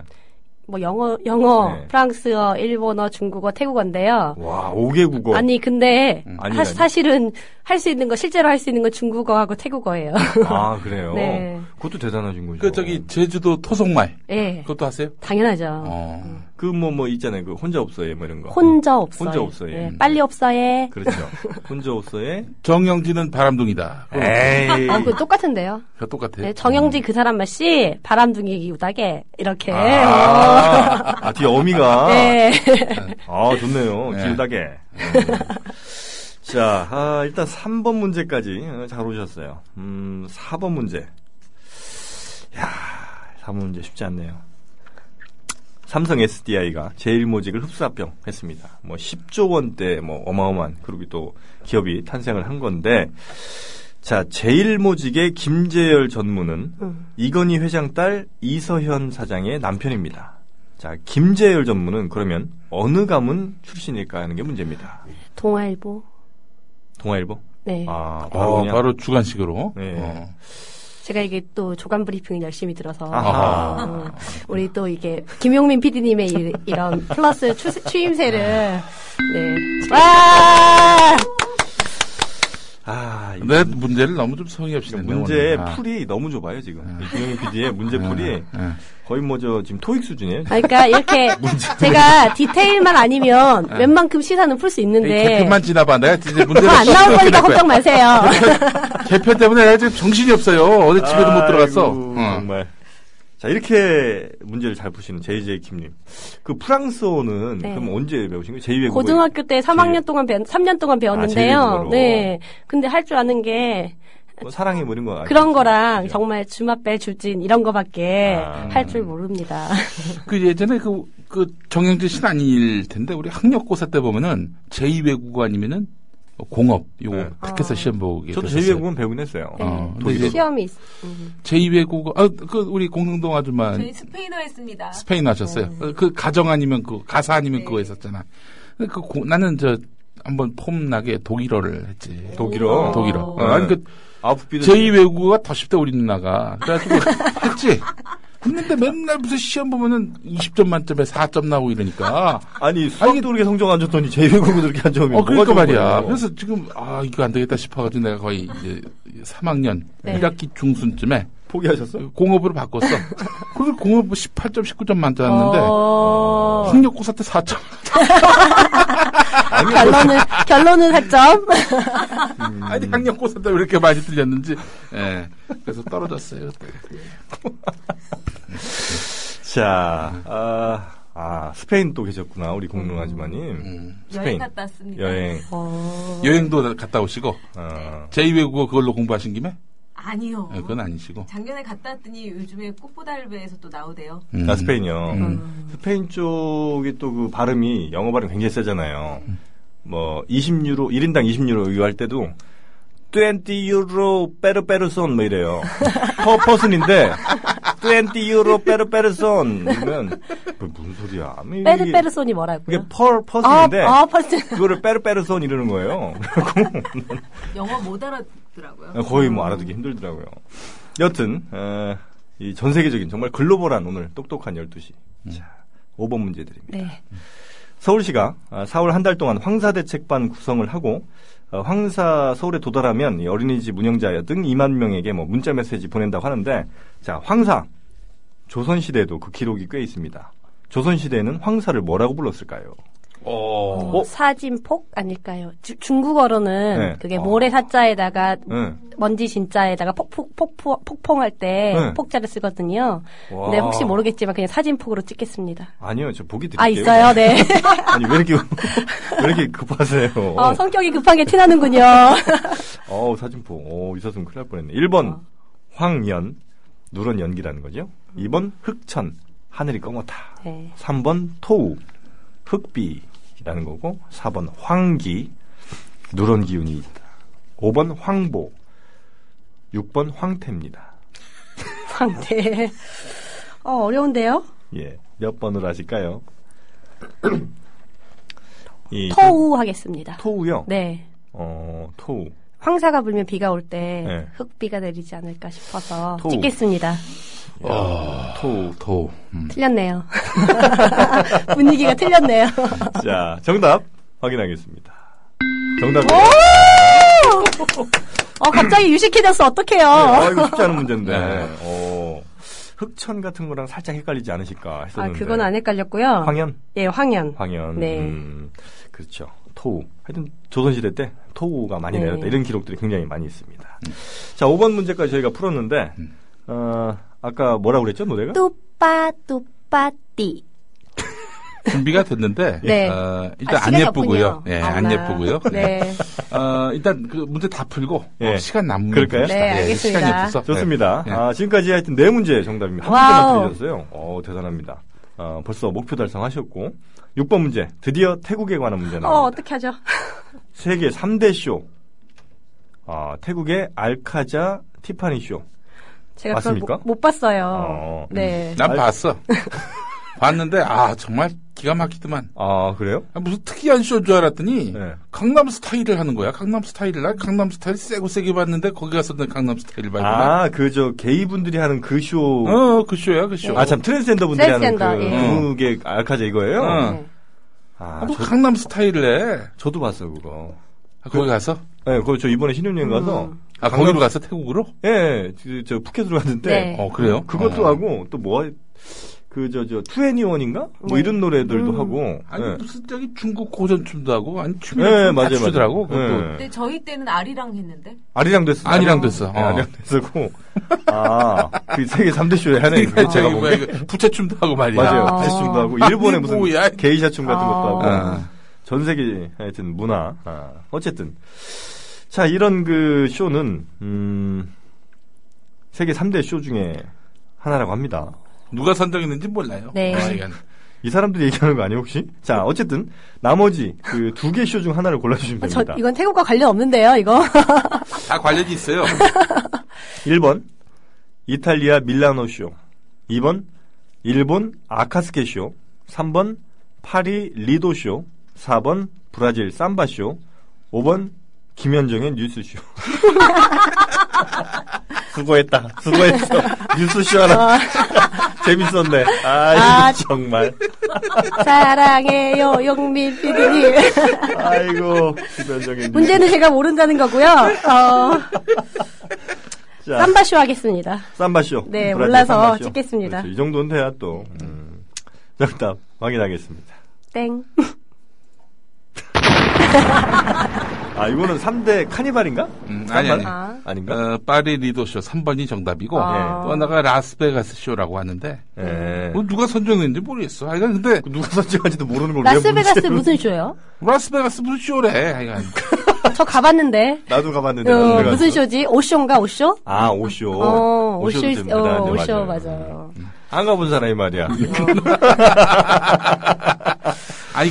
B: 뭐 영어, 영어,
A: 네.
B: 프랑스어, 일본어, 중국어, 태국어인데요.
A: 와, 5개 국어.
B: 아니 근데
A: 음.
B: 하-
A: 아니라니.
B: 사실은 할 수 있는 거 실제로 할 수 있는 건 중국어하고 태국어예요. (laughs)
A: 아, 그래요.
B: 네.
A: 그것도 대단하신 거죠.
C: 그 저기 제주도 토속말
B: 예,
C: 그것도 하세요?
B: 당연하죠. 음.
C: 어.
A: 그 뭐 뭐 있잖아요. 그 혼자 없어요. 뭐 이런 거.
B: 혼자 없어요.
A: 혼자 없어요.
B: 예,
A: 음.
B: 빨리 없어요.
A: 그렇죠. 혼자 없어요.
C: 정영진은 바람둥이다. 그거
A: 네. 에이.
B: 아, 그 똑같은데요.
C: 그거 똑같아.
B: 네,
C: 요
B: 정영진 그 사람 맛이 바람둥이 우다게 이렇게.
A: 아, 아, 뒤에 어미가.
B: 네.
A: 아, 좋네요.
C: 네.
A: 길다게. 음. 자, 아, 일단 3번 문제까지 어, 잘 오셨어요. 음, 4번 문제. 야 4번 문제 쉽지 않네요. 삼성 SDI가 제일모직을 흡수합병 했습니다. 뭐 10조 원대 뭐 어마어마한 그리고 또 기업이 탄생을 한 건데 자, 제일모직의 김재열 전무는
B: (laughs) 음.
A: 이건희 회장 딸 이서현 사장의 남편입니다. 자, 김재열 전무는 그러면 어느 가문 출신일까 하는 게 문제입니다.
B: 동아일보.
A: 동아일보?
B: 네.
A: 아, 바로
C: 어, 바로,
A: 그냥.
C: 바로 주간식으로.
A: 네.
C: 어.
B: 제가 이게 또 조간 브리핑을 열심히 들어서
A: 아하.
B: 음, 우리 또 이게 김용민 PD님의 이, 런 플러스 추, 추임새를 네. 와!
A: 아, 이
C: 근데 문제를 너무 좀 성의 없이 네. 냈네, 네.
A: 문제의
C: 오늘. 아.
A: 풀이 너무 좁아요, 지금. 이 김영희 PD의 문제 풀이
C: 예.
A: 거의 뭐 저 지금 토익 수준이에요.
B: 아, 그러니까 이렇게 제가 디테일만 아니면 웬만큼 시사는 풀 수
C: 네, 이
B: 있는데
C: 개편만 지나봐. 내가
B: (laughs)
C: 이제 문제를
B: 그거 네. 안 나올 거니까
C: 풀어낼 거야.
B: 걱정 마세요.
C: 개편 때문에 내가 지금 정신이 없어요. 어제 집에도 못 들어갔어.
A: 아이고,
C: 어.
A: 정말. 자, 이렇게 문제를 잘 푸시는 제이제이 김님. 그 프랑스어는
B: 네.
A: 그럼 언제 배우신 거예요? 제2외국어.
B: 고등학교 때 3학년 동안 배, 3년 동안 배웠는데요.
A: 아, 제일
B: 네. 근데 할 줄 아는 게
A: 뭐 사랑해 뭐 이런 거 아니에요? 예.
B: 그런 거랑
A: 그죠?
B: 정말 주마배 주진 이런 거밖에
A: 아.
B: 할 줄 모릅니다.
C: 그 예전에 그, 그 정영진 씨는 아닐 텐데 우리 학력고사 때 보면은 제2외국어 아니면은 공업 요거
A: 네.
C: 택해서
B: 아.
C: 시험 보게
A: 저도
C: 됐었어요.
A: 제2외국은 배우긴 했어요.
B: (laughs)
C: 네. 어, 근데
A: 독일어.
C: 이제-
B: 시험이 있- 음.
C: 제2외국어 아 그 우리 공릉동 아줌마
D: 저희 스페인어 했습니다.
C: 스페인 하셨어요. 어, 그 가정 아니면 그 가사 아니면
D: 네.
C: 그거 했었잖아. 근데 그 고- 나는 저 한번 폼나게 독일어를 했지.
A: 독일어.
C: 독일어.
A: 네.
C: 어, 아니 그
A: 아프피도
C: 제2외국어가 더 쉽다 우리 누나가. 그래가지고 (laughs) 했지. 했는데 맨날 무슨 시험 보면은 20점 만점에 4점 나오고 이러니까.
A: 아니 수학도 그렇게 성적 안 좋더니 제2외국은 그렇게 안 좋으면
C: 어, 그러니까
A: 뭐가 좋은
C: 말이야.
A: 거예요?
C: 그래서 지금, 아, 이거 안 되겠다 싶어가지고 내가 거의 이제 3학년,
B: 네.
C: 1학기 중순쯤에
A: 포기하셨어?
C: 공업으로 바꿨어. 그래서 공업 18점, 19점 만점이었는데,
B: 어...
C: 학력고사 때 4점.
B: 아, 결론은 결론은 4점.
C: 음. 아니, 학력고사 때 왜 이렇게 많이 틀렸는지. 예. 그래서 떨어졌어요. 그때.
A: 자, 아, 아, 스페인 또 계셨구나 우리 공룡 아줌마님.
C: 음.
A: (laughs) 스페인
D: 여행 갔다 네. 왔습니다.
A: 여행.
B: 어...
C: 여행도 갔다 오시고,
A: 어.
C: 제2외국어 그걸로 공부하신 김에?
D: 아니요.
C: 예, 그건 아니시고.
D: 작년에 갔다 왔더니 요즘에 꽃보달배에서 또 나오대요.
C: 음.
A: 나 스페인요.
C: 음.
A: 스페인 쪽이 또 그 발음이 영어 발음 굉장히 세잖아요. 뭐 20유로 1인당 20유로 유할 때도 20유로 페르페르손 뭐
B: (laughs)
A: 이래요. 퍼 퍼슨인데 20유로 페르페르손 이러면 뭐 무슨 소리야? 아니, 이게-
B: 페르페르손이
A: 이게
B: 뭐라고요?
A: 펄
B: 아,
A: 퍼슨인데
B: 아, 퍼슨.
A: 그거를 페르페르손 이러는 거예요. (laughs)
D: 영어 못 알아듣더라고요.
C: 어.
A: 거의 뭐 알아듣기 힘들더라고요. 여튼 이 전 세계적인 정말 글로벌한 오늘 똑똑한 12시. 자, 5번 문제 드립니다.
B: (laughs) 네.
A: 서울시가 아, 4월 한 달 동안 황사대책반 구성을 하고 아, 어, 황사 서울에 도달하면 이 어린이집 운영자 등 2만 명에게 뭐 문자 메시지 보낸다고 하는데 자 황사 조선 시대에도 그 기록이 꽤 있습니다. 조선 시대에는 황사를 뭐라고 불렀을까요?
C: 어.
B: 사진폭 아닐까요? 주- 중국어로는
A: 네.
B: 그게
C: 어.
B: 모래사자에다가
A: 예.
B: 먼지 진짜에다가 폭폭 폭포 폭풍할 때
A: 네.
B: 폭자를 쓰거든요.
A: 와.
B: 근데 혹시 모르겠지만 그냥 사진폭으로 찍겠습니다.
A: 아니요, 저 보기 드릴게요. 예.
B: 아 있어요, 네.
A: (laughs) 아니 왜
B: (laughs)
A: 이렇게 왜 이렇게 급하세요?
B: 어, 성격이 급한 게 티나는군요. (laughs)
A: 어우, 사진포. 어, 있었으면 큰일 날 뻔했네. 1번,
B: 어.
A: 황연. 누런 연기라는 거죠. 2번, 흑천. 하늘이 검었다.
B: 네.
A: 3번, 토우. 흑비라는 거고. 4번, 황기. 누런 기운이 있다. 5번, 황보. 6번, 황태입니다.
B: 상태. 어, 어려운데요?
A: 예. 몇 번으로 하실까요? 이,
B: 토우 하겠습니다.
A: 토우요?
B: 네.
A: 어, 토우.
B: 황사가 불면 비가 올 때
A: 네.
B: 흙비가 내리지 않을까 싶어서
A: 토우. 음.
B: 찍겠습니다.
A: 토우.
C: 도. 음.
B: 틀렸네요. (laughs) 분위기가 틀렸네요. 어,
A: 자, 정답 확인하겠습니다. 정답.
B: 어, 갑자기 유식해졌어.
A: 아,
B: 어떡해요.
A: 이거 쉽지 않은 문제인데.
C: 네.
A: 어, 흑천 같은 거랑 살짝 헷갈리지 않으실까
B: 아,
A: 했었는데.
B: 그건 안 헷갈렸고요.
A: 황현?
B: 예, 황현.
A: 황현.
B: 네.
A: 음, 그렇죠. 토우. 하여튼 조선시대 때 토우가 많이
B: 네.
A: 내렸다. 이런 기록들이 굉장히 많이 있습니다. 자, 5번 문제까지 저희가 풀었는데, 어, 아까 뭐라고 그랬죠, 노래가?
B: 뚜빠, 뚜빠띠.
C: 준비가
B: (laughs)
C: 됐는데
B: 네.
C: 어, 일단
B: 아,
C: 안
B: 시간이
C: 예쁘고요.
B: 없군요.
C: 예,
B: 아,
C: 안
B: 나.
C: 예쁘고요.
B: 네.
C: 어, 일단 그 문제 다 풀고
A: 예.
C: 어, 시간 남으면
A: 그럴까요?
C: 봅시다.
B: 네,
C: 예,
B: 알겠습니다.
C: 시간이 없어서
A: 좋습니다.
C: 네.
A: 아, 지금까지 하여튼 네 문제 정답입니다. 한
B: 와우.
A: 문제 맞춰주셨어요. 어, 대단합니다. 어, 벌써 목표 달성하셨고, 6번 문제. 드디어 태국에 관한 문제
B: 어,
A: 나옵니다.
B: 어떻게 하죠?
A: 세계 3대 쇼. 아, 태국의 알카자 티파니 쇼.
B: 제가
A: 맞습니까?
B: 그걸 못, 못 봤어요.
A: 어,
B: 네.
C: 난
A: 알-
C: 봤어. (laughs) 봤는데 아 정말 기가 막히더만.
A: 아, 그래요?
C: 아, 무슨 특이한 쇼인 줄 알았더니
A: 네.
C: 강남 스타일을 하는 거야. 강남 스타일을 날 강남 스타일 세고 세게 봤는데 거기 가서 는 강남 스타일 발구나.
A: 아, 그 저 게이분들이 하는 그 쇼.
C: 어그 쇼야 그 쇼.
A: 아, 참 트랜스젠더 분들이 하는 그
B: 트랜스젠더, 예.
A: 무게 알카자 이거예요?
C: 어.
B: 네.
A: 아,
C: 아, 뭐
B: 그-
A: 저,
C: 강남 스타일을 해.
A: 저도 봤어요, 그거.
C: 아, 거기 가서
A: 예, 그거 저 이번에 신혼여행 가서
B: 음.
C: 아
A: 강남-
C: 거기로 가서 태국으로?
A: 예, 예, 저, 저 푸켓으로 갔는데
B: 네.
C: 어 그래요?
A: 그것도
C: 어.
A: 하고 또 뭐 그 저 저 투애니원인가? 뭐
B: 네.
A: 이런 노래들도
B: 음.
A: 하고.
C: 아니 그
A: 예.
C: 무슨 저기 중국 고전춤도 하고 아니 춤이
A: 예,
C: 네,
A: 맞아요,
C: 맞아, 추더라고.
A: 맞아요.
C: 그것도
A: 예.
D: 근데 저희 때는 아리랑 했는데
A: 아리랑도 했어.
C: 아리랑도 했어.
A: 네,
C: 어.
A: 아리랑도 했었고. 아, 그 세계 3대 쇼에 하나
C: (laughs)
A: 있고 제가
C: 저기
A: 본
C: 뭐야
A: 게.
C: 네, 이거 부채춤도 하고 말이야.
A: 맞아요.
B: 아.
A: 대충도 하고
C: 아,
A: 일본의
C: 이게
A: 무슨
C: 뭐야.
A: 게이샤 춤 같은 것도 하고
C: 아.
A: 전 세계 하여튼 문화. 아, 어쨌든 자 이런 그 쇼는 음, 세계 3대 쇼 중에 하나라고 합니다.
C: 누가 선정했는지 몰라요.
B: 네.
C: 그 시간.
A: 이 사람들이 얘기하는 거 아니에요 혹시? 자 어쨌든 나머지 그 두 개 쇼 중 하나를 골라주시면
B: 어, 저,
A: 됩니다.
B: 이건 태국과 관련 없는데요, 이거? (laughs)
C: 다 관련이
A: (laughs)
C: 있어요.
A: 1번 이탈리아 밀라노 쇼 2번 일본 아카스케 쇼 3번 파리 리도 쇼 4번 브라질 삼바 쇼 5번 김현정의 뉴스
B: (laughs)
A: 쇼 수고했다
B: (laughs)
A: 수고했어 뉴스 쇼 하나 (laughs) 재밌었네 아
B: 어. 아.
A: 정말
B: 사랑해요, 용민 PD님. (laughs)
A: 아이고 김현정의 뉴스
B: 문제는 제가 모른다는 거고요. 어,
A: 자,
B: 쌈바쇼 하겠습니다.
A: 삼바 쇼 브라질
B: 네, 몰라서
A: 삼바 쇼.
B: 찍겠습니다.
A: 그렇죠, 이 정도는 돼야 또 음, 정답 확인하겠습니다.
B: 땡.
A: 아, 이거는 3대 카니발인가?
C: 음, 아니, 아니.
B: 아.
A: 아닌가?
C: 어, 파리 리도쇼 3번이 정답이고
B: 아.
C: 또 하나가 라스베가스 쇼라고 하는데
A: 예.
C: 뭐 누가 선정했는지 모르겠어. 하여간 근데
A: 그 누가 선정한지도 모르는 걸왜
B: 라스베가스
A: 문제를-
B: 무슨 쇼요?
C: 라스베가스 무슨 쇼래. 하여간
B: 저 가봤는데.
A: (laughs) 나도 가봤는데.
B: 어,
A: 네, 라스베가스.
B: 무슨 쇼지? 오쇼인가, 오쇼?
A: 아, 오쇼.
B: 어, 오쇼,
A: 오쇼도
B: 있-
A: 됩니다.
B: 어,
A: 네,
B: 오쇼,
A: 맞아요.
B: 맞아요.
A: 안 가본 사람이 말이야.
C: 아니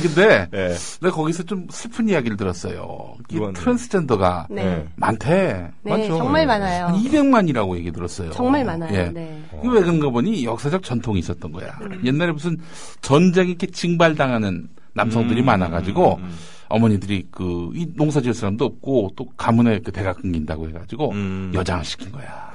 A: (laughs)
C: 근데
A: 예.
C: 내가 거기서 좀 슬픈 이야기를 들었어요. 이
A: 이거는-
C: 트랜스젠더가
B: 네.
A: 네.
B: 네,
C: 많대.
A: 맞죠.
B: 정말
A: 네.
B: 많아요.
C: 한 200만이라고 얘기 들었어요.
B: 정말 많아요.
C: 예.
B: 네.
C: 이게 왜 그런가 보니 역사적 전통이 있었던 거야. 옛날에 무슨 전쟁 이렇게 징발당하는 남성들이
A: 음,
C: 많아가지고
A: 음,
C: 어머니들이 그 이 농사 지을 사람도 없고 또 가문에 이렇게 대가 끊긴다고 해가지고
A: 음.
C: 여장을 시킨 거야.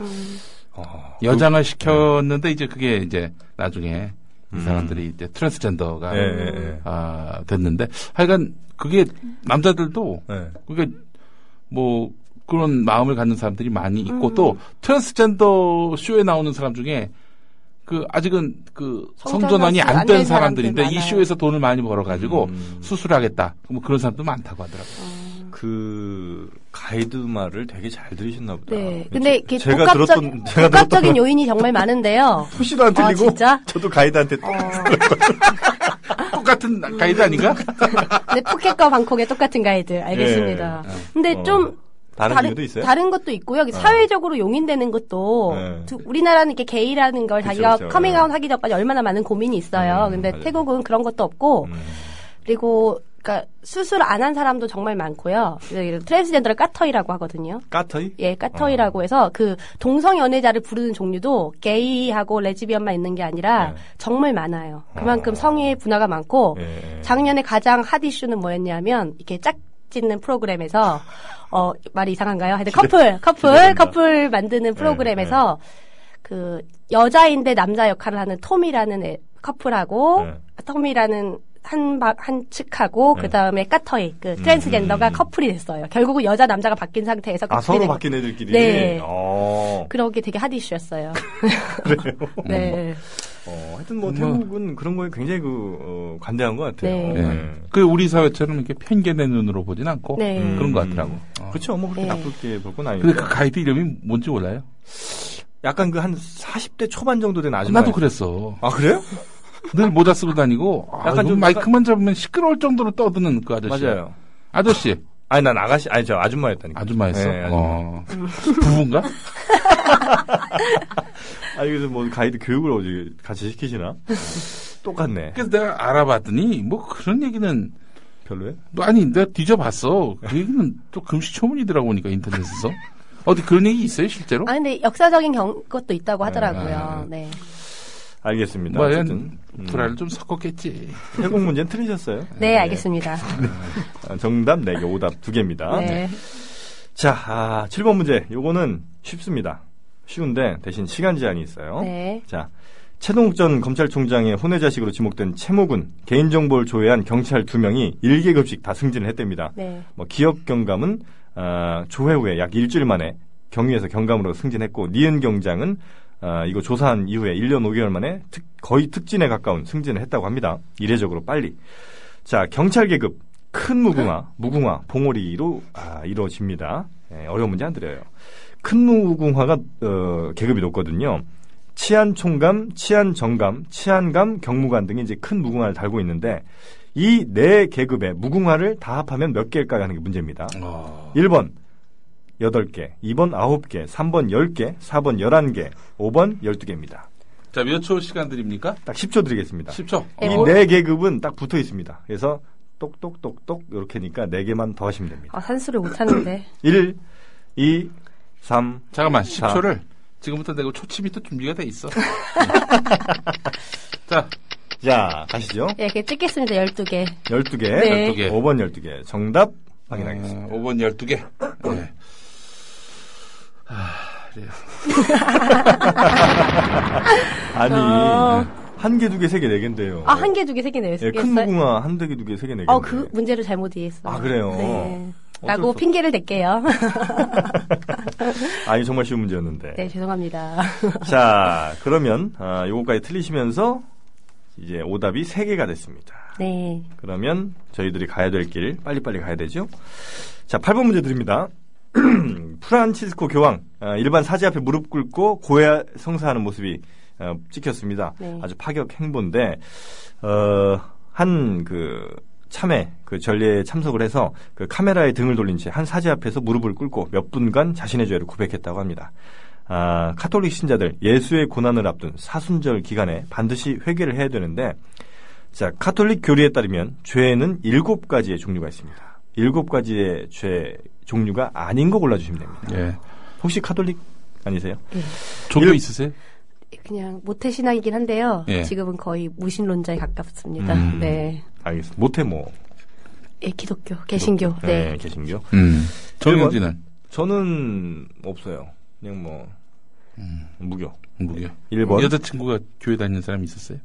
A: 어,
C: 여장을 시켰는데 이제 그게 이제 나중에
A: 음.
C: 이 사람들이 이제 트랜스젠더가
A: 예, 예, 예.
C: 아, 됐는데 하여간 그게 남자들도
A: 네.
C: 그게 뭐 그런 마음을 갖는 사람들이 많이 있고
E: 음.
C: 또 트랜스젠더 쇼에 나오는 사람 중에 그 아직은 그 성전환이
E: 성전환이
C: 안
E: 안
C: 된
E: 된 사람들
C: 사람들인데 이
E: 많아요.
C: 쇼에서 돈을 많이 벌어가지고
A: 음.
C: 수술하겠다. 뭐 그런 사람도 많다고 하더라고요.
A: 그 가이드 말을 되게 잘 들으셨나 보다.
B: 네. 근데 이게
A: 아, 제가
B: 복합적,
A: 들었던 제가
B: 복합적인
A: 들었던
B: 요인이 정말 많은데요.
A: 표시도 안
B: 아,
A: 틀리고
B: 진짜? 어.
A: 저도 가이드한테 똑-
C: 똑같은 가이드 아닌가?
B: 네, 푸켓과 방콕의 똑같은 가이드. 알겠습니다.
C: 예, 예.
B: 근데
A: 어.
B: 좀
A: 다른, 이유도 있어요?
B: 다른 것도 있고요. 사회적으로 용인되는 것도
A: 네.
B: 두- 우리나라는 이렇게 게이라는 걸
A: 그쵸,
B: 자기가
A: 그쵸.
B: 커밍아웃 하기 전까지 얼마나 많은 고민이 있어요.
A: 음,
B: 근데
A: 맞아요.
B: 태국은 그런 것도 없고
A: 음.
B: 그리고 그러니까 수술 안 한 사람도 정말 많고요. 그래서 이런 트랜스젠더를 까터이라고 하거든요.
A: 까터이?
B: 예, 까터이라고 해서 그 동성 연애자를 부르는 종류도 게이하고 레즈비언만 있는 게 아니라
A: 네.
B: 정말 많아요. 그만큼
A: 아.
B: 성의 분화가 많고
A: 예.
B: 작년에 가장 핫 이슈는 뭐였냐면 이렇게 짝 짓는 프로그램에서 어 말이 이상한가요? 하여튼 커플 커플
A: 기대된다. 네,
B: 커플 만드는 프로그램에서 그 여자인데 남자 역할을 하는 톰이라는 애- 커플하고
A: 네.
B: 톰이라는 한한 측하고
A: 네.
B: 그 다음에 까터이 그 트랜스젠더가
A: 음.
B: 커플이 됐어요. 결국은 여자 남자가 바뀐 상태에서
A: 아
B: 커플이
A: 서로
B: 된 거-
A: 바뀐 애들끼리.
B: 네.
A: 어.
B: 그러게 되게 핫 이슈였어요. 그래요? (laughs) 네.
A: 어, 하여튼 뭐
C: 뭐.
A: 태국은 그런 거에 굉장히 그 어, 관대한 것 같아요.
B: 네.
C: 예. 그 우리 사회처럼 이렇게 편견의 눈으로 보진 않고
B: 네.
A: 음.
C: 그런 것 같더라고. 어.
A: 그렇죠. 뭐 그렇게
B: 네.
A: 나쁘게 볼 건 아니고.
C: 근데 그 가이드 이름이 뭔지 몰라요?
A: 약간 그 한 40대 초반 정도 된 아줌마.
C: 나도 그랬어.
A: 아 그래요?
C: 늘 모자 쓰고 다니고 아,
A: 약간
C: 이거
A: 좀
C: 마이크만 잡으면 시끄러울 정도로 떠드는 그 아저씨.
A: 맞아요.
C: 아저씨.
A: 아니 난 아가씨 아니 저 아줌마였다니까.
C: 아줌마였어.
A: 네, 아줌마.
C: 어. 부부인가?
A: 아니 그래서 뭐 가이드 교육을 어디 같이
B: (laughs)
A: 시키시나? 똑같네.
C: 그래서 내가 알아봤더니 뭐 그런 얘기는
A: 별로예요?
C: 뭐 아니 내가 뒤져봤어. 그 얘기는 또 금시초문이더라고 보니까 인터넷에서. 어디 그런 얘기 있어요 실제로?
B: 아 근데 역사적인 경, 것도 있다고
C: 아,
B: 하더라고요. 네.
A: 알겠습니다.
C: 뭐
A: 어쨌든 음,
C: 불화를 좀 섞었겠지.
A: 태국 문제는 틀리셨어요.
B: 네, 알겠습니다.
A: 아, 정답 4개, 오답 2개입니다.
B: 네.
A: 자, 아, 7번 문제. 요거는 쉽습니다. 쉬운데 대신 시간 제한이 있어요.
B: 네.
A: 자, 최동욱 전 검찰총장의 혼외자식으로 지목된 채모군 개인정보를 조회한 경찰 두 명이 일계급식 다 승진을 했답니다.
B: 네.
A: 뭐 기업 경감은 아, 조회 후에 약 일주일 만에 경위에서 경감으로 승진했고 니은 경장은 아, 이거 조사한 이후에 1년 5개월 만에 특- 거의 특진에 가까운 승진을 했다고 합니다. 이례적으로 빨리. 자 경찰 계급 큰 무궁화, 무궁화, 봉오리로 아, 이루어집니다. 예, 어려운 문제 안 드려요. 큰 무궁화가 어, 계급이 높거든요. 치안 총감, 치안 정감, 치안감, 경무관 등이 이제 큰 무궁화를 달고 있는데 이 네 계급의 무궁화를 다 합하면 몇 개일까 하는 게 문제입니다.
C: 어.
A: 1번 8개, 2번 9개, 3번 10개, 4번 11개, 5번 12개입니다.
C: 자 몇 초 시간 드립니까?
A: 딱 10초 드리겠습니다.
C: 10초. 어?
A: 이 네 계급은 딱 붙어 있습니다. 그래서 똑똑똑똑 이렇게니까 네 개만 더 하시면 됩니다.
B: 아, 산수를 못하는데.
A: 1, 2, 3,
C: 잠깐만
A: 자.
C: 10초를 지금부터 내가 초침이 또 준비가 돼
A: (laughs)
C: 있어. 자
A: 자, 가시죠.
B: 예, 이렇게 찍겠습니다. 12개.
A: 12개.
B: 네.
C: 12개.
A: 5번 12개. 정답 확인하겠습니다.
C: 어, 5번 12개. 네. 아, 그래요.
A: 아니,
B: 어.
A: 한 개, 두 개, 세 개, 네 개인데요.
B: 아, 한 개, 두 개, 세 개 내겠어요.
A: 예, 큰 무궁화 한 대, 두 개, 세 개, 네 개.
B: 어, 그 문제를 잘못 이해했어요.
A: 아, 그래요?
B: 네.
A: 어쩔 수
B: 라고
A: 없-
B: 핑계를 댈게요. (laughs)
A: 아니, 정말 쉬운 문제였는데.
B: 네, 죄송합니다.
A: (laughs)
B: (laughs)
A: 자, 그러면, 아, 요거까지 틀리시면서, 이제 오답이 세개가 됐습니다.
B: 네.
A: 그러면 저희들이 가야 될 길 빨리빨리 가야 되죠. 자, 8번 문제 드립니다. (clears throat) 프란치스코 교황 어, 일반 사제 앞에 무릎 꿇고 고해 성사하는 모습이 어, 찍혔습니다.
B: 네.
A: 아주 파격 행보인데 어, 한그 참회 그 전례에 참석을 해서 그 카메라에 등을 돌린 채 한 사제 앞에서 무릎을 꿇고 몇 분간 자신의 죄를 고백했다고 합니다. 아, 카톨릭 신자들 예수의 고난을 앞둔 사순절 기간에 반드시 회개를 해야 되는데 자, 카톨릭 교리에 따르면 죄는 일곱 가지의 종류가 있습니다. 일곱 가지의 죄 종류가 아닌 거 골라주시면 됩니다.
C: 예.
A: 혹시 카톨릭 아니세요?
C: 종교
A: 일-
C: 있으세요?
B: 예. 그냥 모태 신앙이긴 한데요.
C: 예.
B: 지금은 거의 무신론자에 가깝습니다.
C: 음.
B: 네.
A: 알겠습니다. 못해 뭐.
B: 예, 기독교, 개신교. 네.
A: 계신겨.
C: 음. 정영진은
A: 저는 없어요. 그냥 뭐 무교.
C: 뭐요?
A: 1번.
C: 여자친구가 교회 다니는 사람이 있었어요?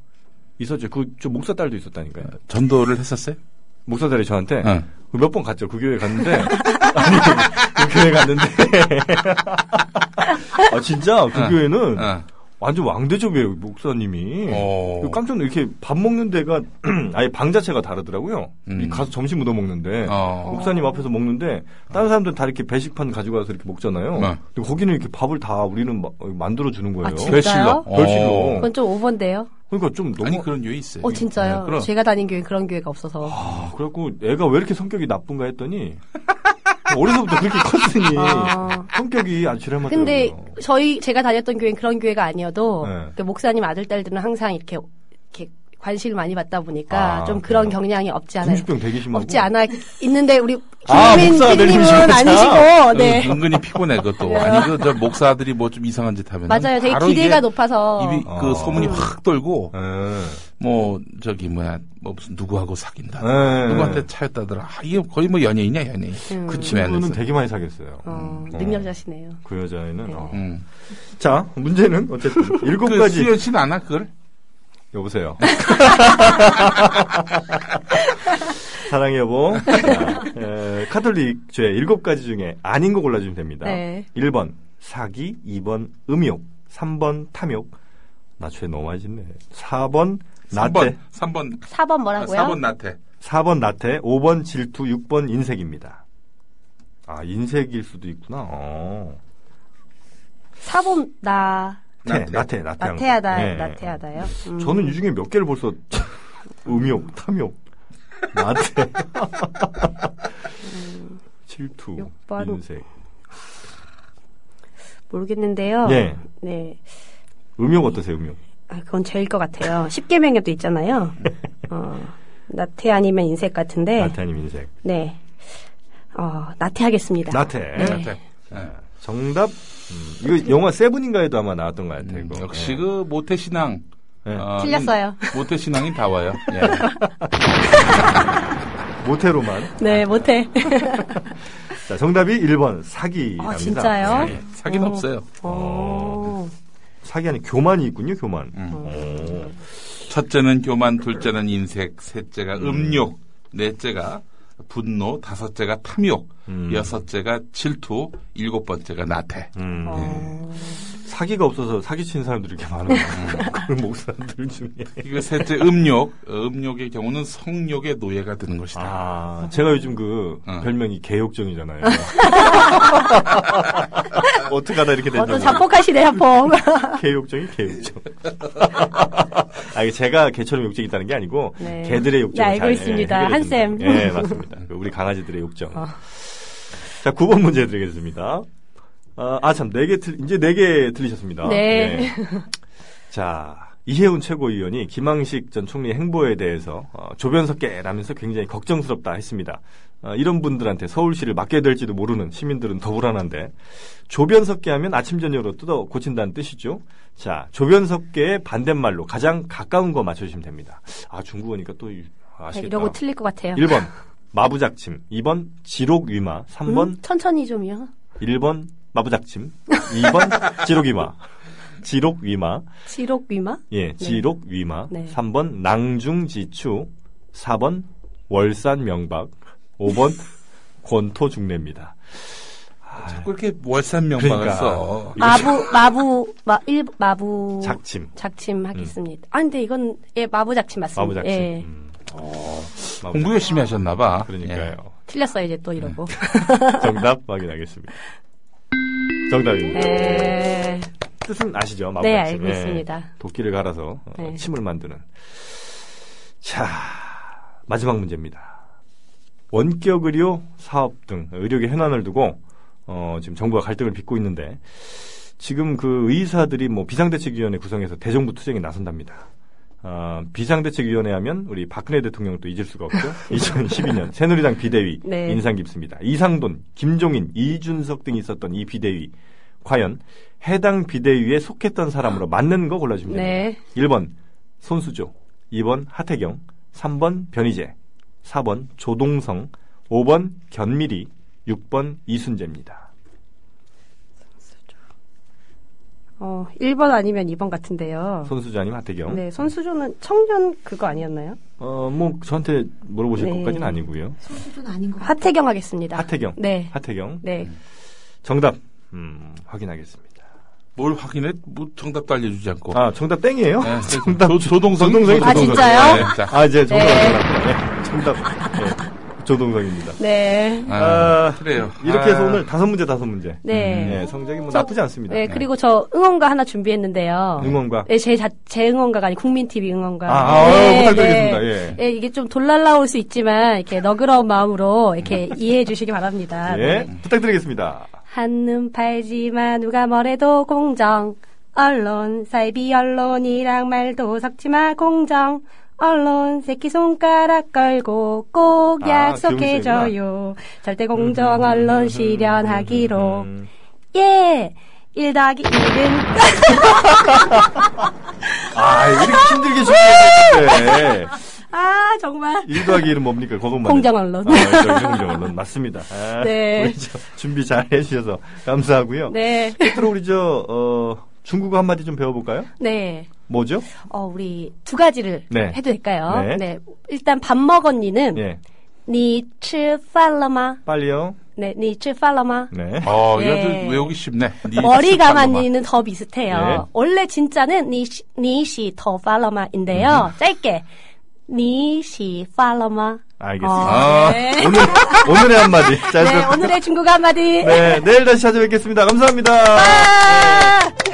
A: 있었죠. 그 저 목사 딸도 있었다니까요.
C: 네. 전도를 했었어요?
A: 목사 딸이 저한테
C: 어.
A: (laughs) 몇 번 갔죠. 그 교회 갔는데 아니 교회 갔는데. 아, 진짜 그
C: 어.
A: 교회는
C: 어.
A: 완전 왕대접이에요, 목사님이.
C: 어.
A: 그 깜짝 놀라 이렇게 밥 먹는 데가 (clears throat) 아예 방 자체가 다르더라고요.
C: 음.
A: 이 가서 점심 묻어 먹는데
C: 어.
A: 목사님 앞에서 먹는데 다른 사람들은 다 이렇게 배식판 가지고 와서 이렇게 먹잖아요.
C: 네.
A: 근데 거기는 이렇게 밥을 다 우리는 만들어 주는 거예요.
B: 아, 진짜?
C: 별실로.
B: 어. 그건 좀 오버인데요.
A: 그러니까 좀 너무
C: 아니 그런 교회 있어요.
B: 어 진짜요.
C: 네, 그럼.
B: 제가 다닌 교회 그런 교회가 없어서.
A: 아, 그래갖고 애가 왜 이렇게 성격이 나쁜가 했더니 어려서부터 그렇게 컸으니
B: 아.
A: 성격이 아주 지랄맞더라고요. 예.
B: 근데 저희 제가 다녔던 교회는 그런 교회가 아니어도
A: 네.
B: 그 목사님 아들 딸들은 항상 이렇게 이렇게 관심을 많이 받다 보니까
A: 아,
B: 좀 그런 경향이 없지 않아요.
A: 공식병 되게 심하고
B: 없지 않아 있는데 우리
A: 아,
B: 김민
A: 목사 아들
B: PD님은
A: 힘드시구나.
B: 아니시고
A: 음.
B: 네
C: 응, 은근히 피곤해 그것도. 아니 그 저 목사들이 뭐 좀 이상한 짓 하면
B: 맞아요. 되게 기대가 음. 높아서
C: 입이 그
A: 어.
C: 소문이 확 돌고
A: 예.
C: 뭐 저기 뭐야 뭐 무슨 누구하고 사귄다.
A: 네.
C: 누구한테 차였다더라. 아, 이게 거의 뭐 연예인이야 연예인.
B: 음.
A: 그
C: 그
A: 친구는
C: 안에서.
A: 되게 많이 사겠어요.
B: 어, 능력자시네요.
A: 그 여자애는 어.
C: 음.
A: 자 문제는 어쨌든 일곱
C: (laughs) 그
A: 가지
C: 수연 씨는 안하 그걸?
A: 여보세요. (laughs) 사랑해 여보. 자, 에, 카톨릭 죄 일곱 가지 중에 아닌 거 골라주면 됩니다.
B: 네.
A: 1번 사기, 2번 음욕, 3번 탐욕. 나죄 너무 맛있네. 4번 나태,
C: 3번. 3번.
B: 4번
C: 아,
B: 뭐라고요?
C: 4번 나태.
A: 4번 나태, 5번 질투, 6번 인색입니다. 아 인색일 수도 있구나. 어.
B: 4번 나
A: 태,
C: 나태.
A: 나태, 나태.
B: 나태하다
A: 네.
B: 나태하다요. 음.
A: 저는 이 중에 몇 개를 벌써 음욕, 탐욕, 나태,
B: 음.
A: 질투,
B: 육 번.
A: 인색.
B: 모르겠는데요.
A: 예.
B: 네.
A: 음욕 어떠세요, 음욕?
B: 아, 그건 제일 것 같아요. 10개명에도
A: (laughs)
B: 있잖아요. 어, 나태 아니면 인색 같은데.
A: 나태 아니면 인색.
B: 네. 어, 나태하겠습니다.
A: 나태.
C: 나태. 네.
A: 정답. 음, 이거 영화 세븐인가에도 아마 나왔던 것
B: 음,
A: 같아요. 이거.
C: 역시
A: 예.
C: 그 모태 신앙.
B: 그-
A: 네.
B: 아.
C: 어,
B: 틀렸어요.
C: 모태 신앙이 다 와요.
A: (laughs)
C: 예.
A: 모태로만.
B: 네, 못해.
A: 자, 정답이 1번 사기랍니다.
B: 아, 진짜요?
A: 예.
C: 사기는
B: 어.
C: 없어요.
B: 어.
A: 사기 아니 교만이 있군요, 교만.
B: 음.
C: 첫째는 교만, 둘째는 인색, 셋째가 음욕, 넷째가 분노, 다섯째가 탐욕,
A: 음.
C: 여섯째가 질투, 일곱 번째가 나태.
A: 음.
B: 어.
A: 사기가 없어서 사기치는 사람들이 이렇게 많아요.
B: 음.
A: (laughs) 그런 목사들
B: (laughs)
A: 중에.
C: 이거 셋째 음욕, 어, 음욕의 경우는 성욕의 노예가 되는 것이다.
A: 아, 제가 요즘 그
B: 어.
C: 응.
A: 별명이
B: (laughs)
A: 개욕정이잖아요. 어떻게 하다 이렇게
B: 어, 또
A: 됐냐고.
B: 자폭하시네, 자폭.
A: 개욕정이 개욕정. 아, 이게 제가 개처럼 욕정이 있다는 게 아니고
B: 네.
A: 개들의 욕정.
B: 네, 알고 있습니다. 어. 한쌤.
A: 예, 맞습니다. 그 우리 강아지들의 욕정. 자, 9번 문제 드리겠습니다. 아, 아, 참, 네개 틀, 이제 네 개 들리셨습니다.
B: 네.
A: 예. 자, 이혜훈 최고위원이 김항식 전 총리 행보에 대해서 어, 조변석계라면서 굉장히 걱정스럽다 했습니다. 어, 이런 분들한테 서울시를 맡게 될지도 모르는 시민들은 더 불안한데 조변석계 하면 아침 저녁으로 뜯어 고친다는 뜻이죠. 자, 조변석계의 반대말로 가장 가까운 거 맞춰주시면 됩니다. 아, 중국어니까 또 이- (laughs) 아시겠다.
B: 이러고 틀릴 것 같아요.
A: 1번 마부작침, 2번 지록위마, 3번
B: 음, 천천히 좀요.
A: 1번 마부작침, 2번 지록위마, 지록위마,
B: 지록 위마?
A: 예, 지록위마,
B: 네.
A: 3번 낭중지추, 4번 월산명박, 5번 권토중례입니다.
C: 아, 자꾸 이렇게 월산명박을
A: 그러니까.
C: 써.
B: 마부, 마부, 마, 일, 마부.
A: 작침, 음.
B: 작침 하겠습니다. 아, 근데 이건, 예, 마부 작침 맞습니다.
A: 마부작침.
B: 예.
A: 음,
C: 공부 열심히 하셨나 봐. 예.
A: 그러니까요.
B: 틀렸어요, 이제 또 이러고.
A: 예. 정답 확인하겠습니다. 정답입니다.
B: 네.
A: 뜻은 아시죠? 마부작침.
B: 알고 있습니다.
A: 도끼를 갈아서 어,
B: 네.
A: 침을 만드는. 자, 마지막 문제입니다. 원격 의료 사업 등 의료계 현안을 두고 어, 지금 정부와 갈등을 빚고 있는데 지금 그 의사들이 뭐 비상대책위원회 구성해서 대정부 투쟁에 나선답니다. 아, 비상대책위원회 하면 우리 박근혜 대통령을 또 잊을 수가 없죠. 2012년 새누리당 비대위
B: 네.
A: 인상 깊습니다. 이상돈, 김종인, 이준석 등이 있었던 이 비대위 과연 해당 비대위에 속했던 사람으로 맞는 거 골라주면
B: 네.
A: 됩니다. 네. 1번 손수조, 2번 하태경, 3번 변희재, 4번 조동성, 5번 견미리, 6번 이순재입니다.
B: 어, 1번 아니면 2번 같은데요.
A: 손수조 아니면 하태경.
B: 네, 손수조는 청년 그거 아니었나요?
A: 어, 뭐 저한테 물어보실
B: 네.
A: 것까지는 아니고요.
D: 손수준 아닌 것 같아.
B: 하태경 하겠습니다.
A: 하태경.
B: 네.
A: 하태경.
B: 네.
A: 정답 음, 확인하겠습니다.
C: 뭘 확인해? 뭐 정답도 알려주지 않고.
A: 아 정답 땡이에요?
C: 네,
A: 정답
C: 조, 조동성.
A: 조동성이
B: 어, 아, 진짜요?
C: 자,
A: 아 이제 정답
B: 네.
A: 정답 네, 정답 예, 조동성입니다.
B: 네.
C: 아,
A: 아,
C: 그래요.
A: 이렇게 해서
C: 아,
A: 오늘 다섯 문제 다섯 문제.
B: 네.
A: 예, 성적이 뭐
B: 저-
A: 나쁘지 않습니다.
B: 네, 그리고 저 응원가 하나 준비했는데요.
A: 응원과
B: 네, 제, 자, 제 응원가가 아니 국민TV 응원가.
A: 아, 아,
B: 네,
A: 어, 부탁드리겠습니다.
B: 네.
A: 예.
B: 네, 이게 좀 돌날라올 수 있지만 이렇게 너그러운
A: (laughs)
B: 마음으로 이렇게 이해해 주시기 바랍니다.
A: 예,
B: 네.
A: 부탁드리겠습니다.
B: 한눈 팔지만 누가 뭐래도 공정. 언론 살비 언론이랑 말도 섞지마 공정. 언론 새끼 손가락 걸고 꼭
A: 아,
B: 약속해줘요. 절대 공정
A: (laughs)
B: 언론 실현하기로.
A: 음.
B: 예. 1 더하기 1은 (laughs)
A: 아, 이렇게 힘들게 준비했는데.
B: 아 정말
A: 1 더하기 1은 뭡니까? 그것만.
B: 공정 언론.
A: 아, 그렇죠. 공정 언론. 맞습니다. 아,
B: 네.
A: 우리 저 준비 잘 해주셔서 감사하고요.
B: 네. (laughs)
A: 끝으로 우리 저, 어, 중국어 한마디 좀 배워볼까요?
B: 네.
A: 뭐죠?
B: 어, 우리 두 가지를
A: 네.
B: 해도 될까요?
A: 네.
B: 네. 일단 밥 먹었니는
A: 예.
B: 니吃饭了吗?
A: 빨리요.
B: 네, 니吃饭了吗?
A: 네.
C: 어, 이거
B: 예.
C: 아주 외우기 쉽네. 니
B: 머리
C: 니
B: 감았니는 더 비슷해요.
A: 네.
B: 원래 진짜는 니시 니시 더 팔러마인데요. 짧게 니시 팔러마.
A: 알겠습니다.
B: 어,
C: 아.
B: 네.
A: 오늘, 오늘의 한마디. 잘
B: 네,
A: 들었
B: 오늘의 중국어 한마디.
A: 네, 내일 다시 찾아뵙겠습니다. 감사합니다.
B: 아!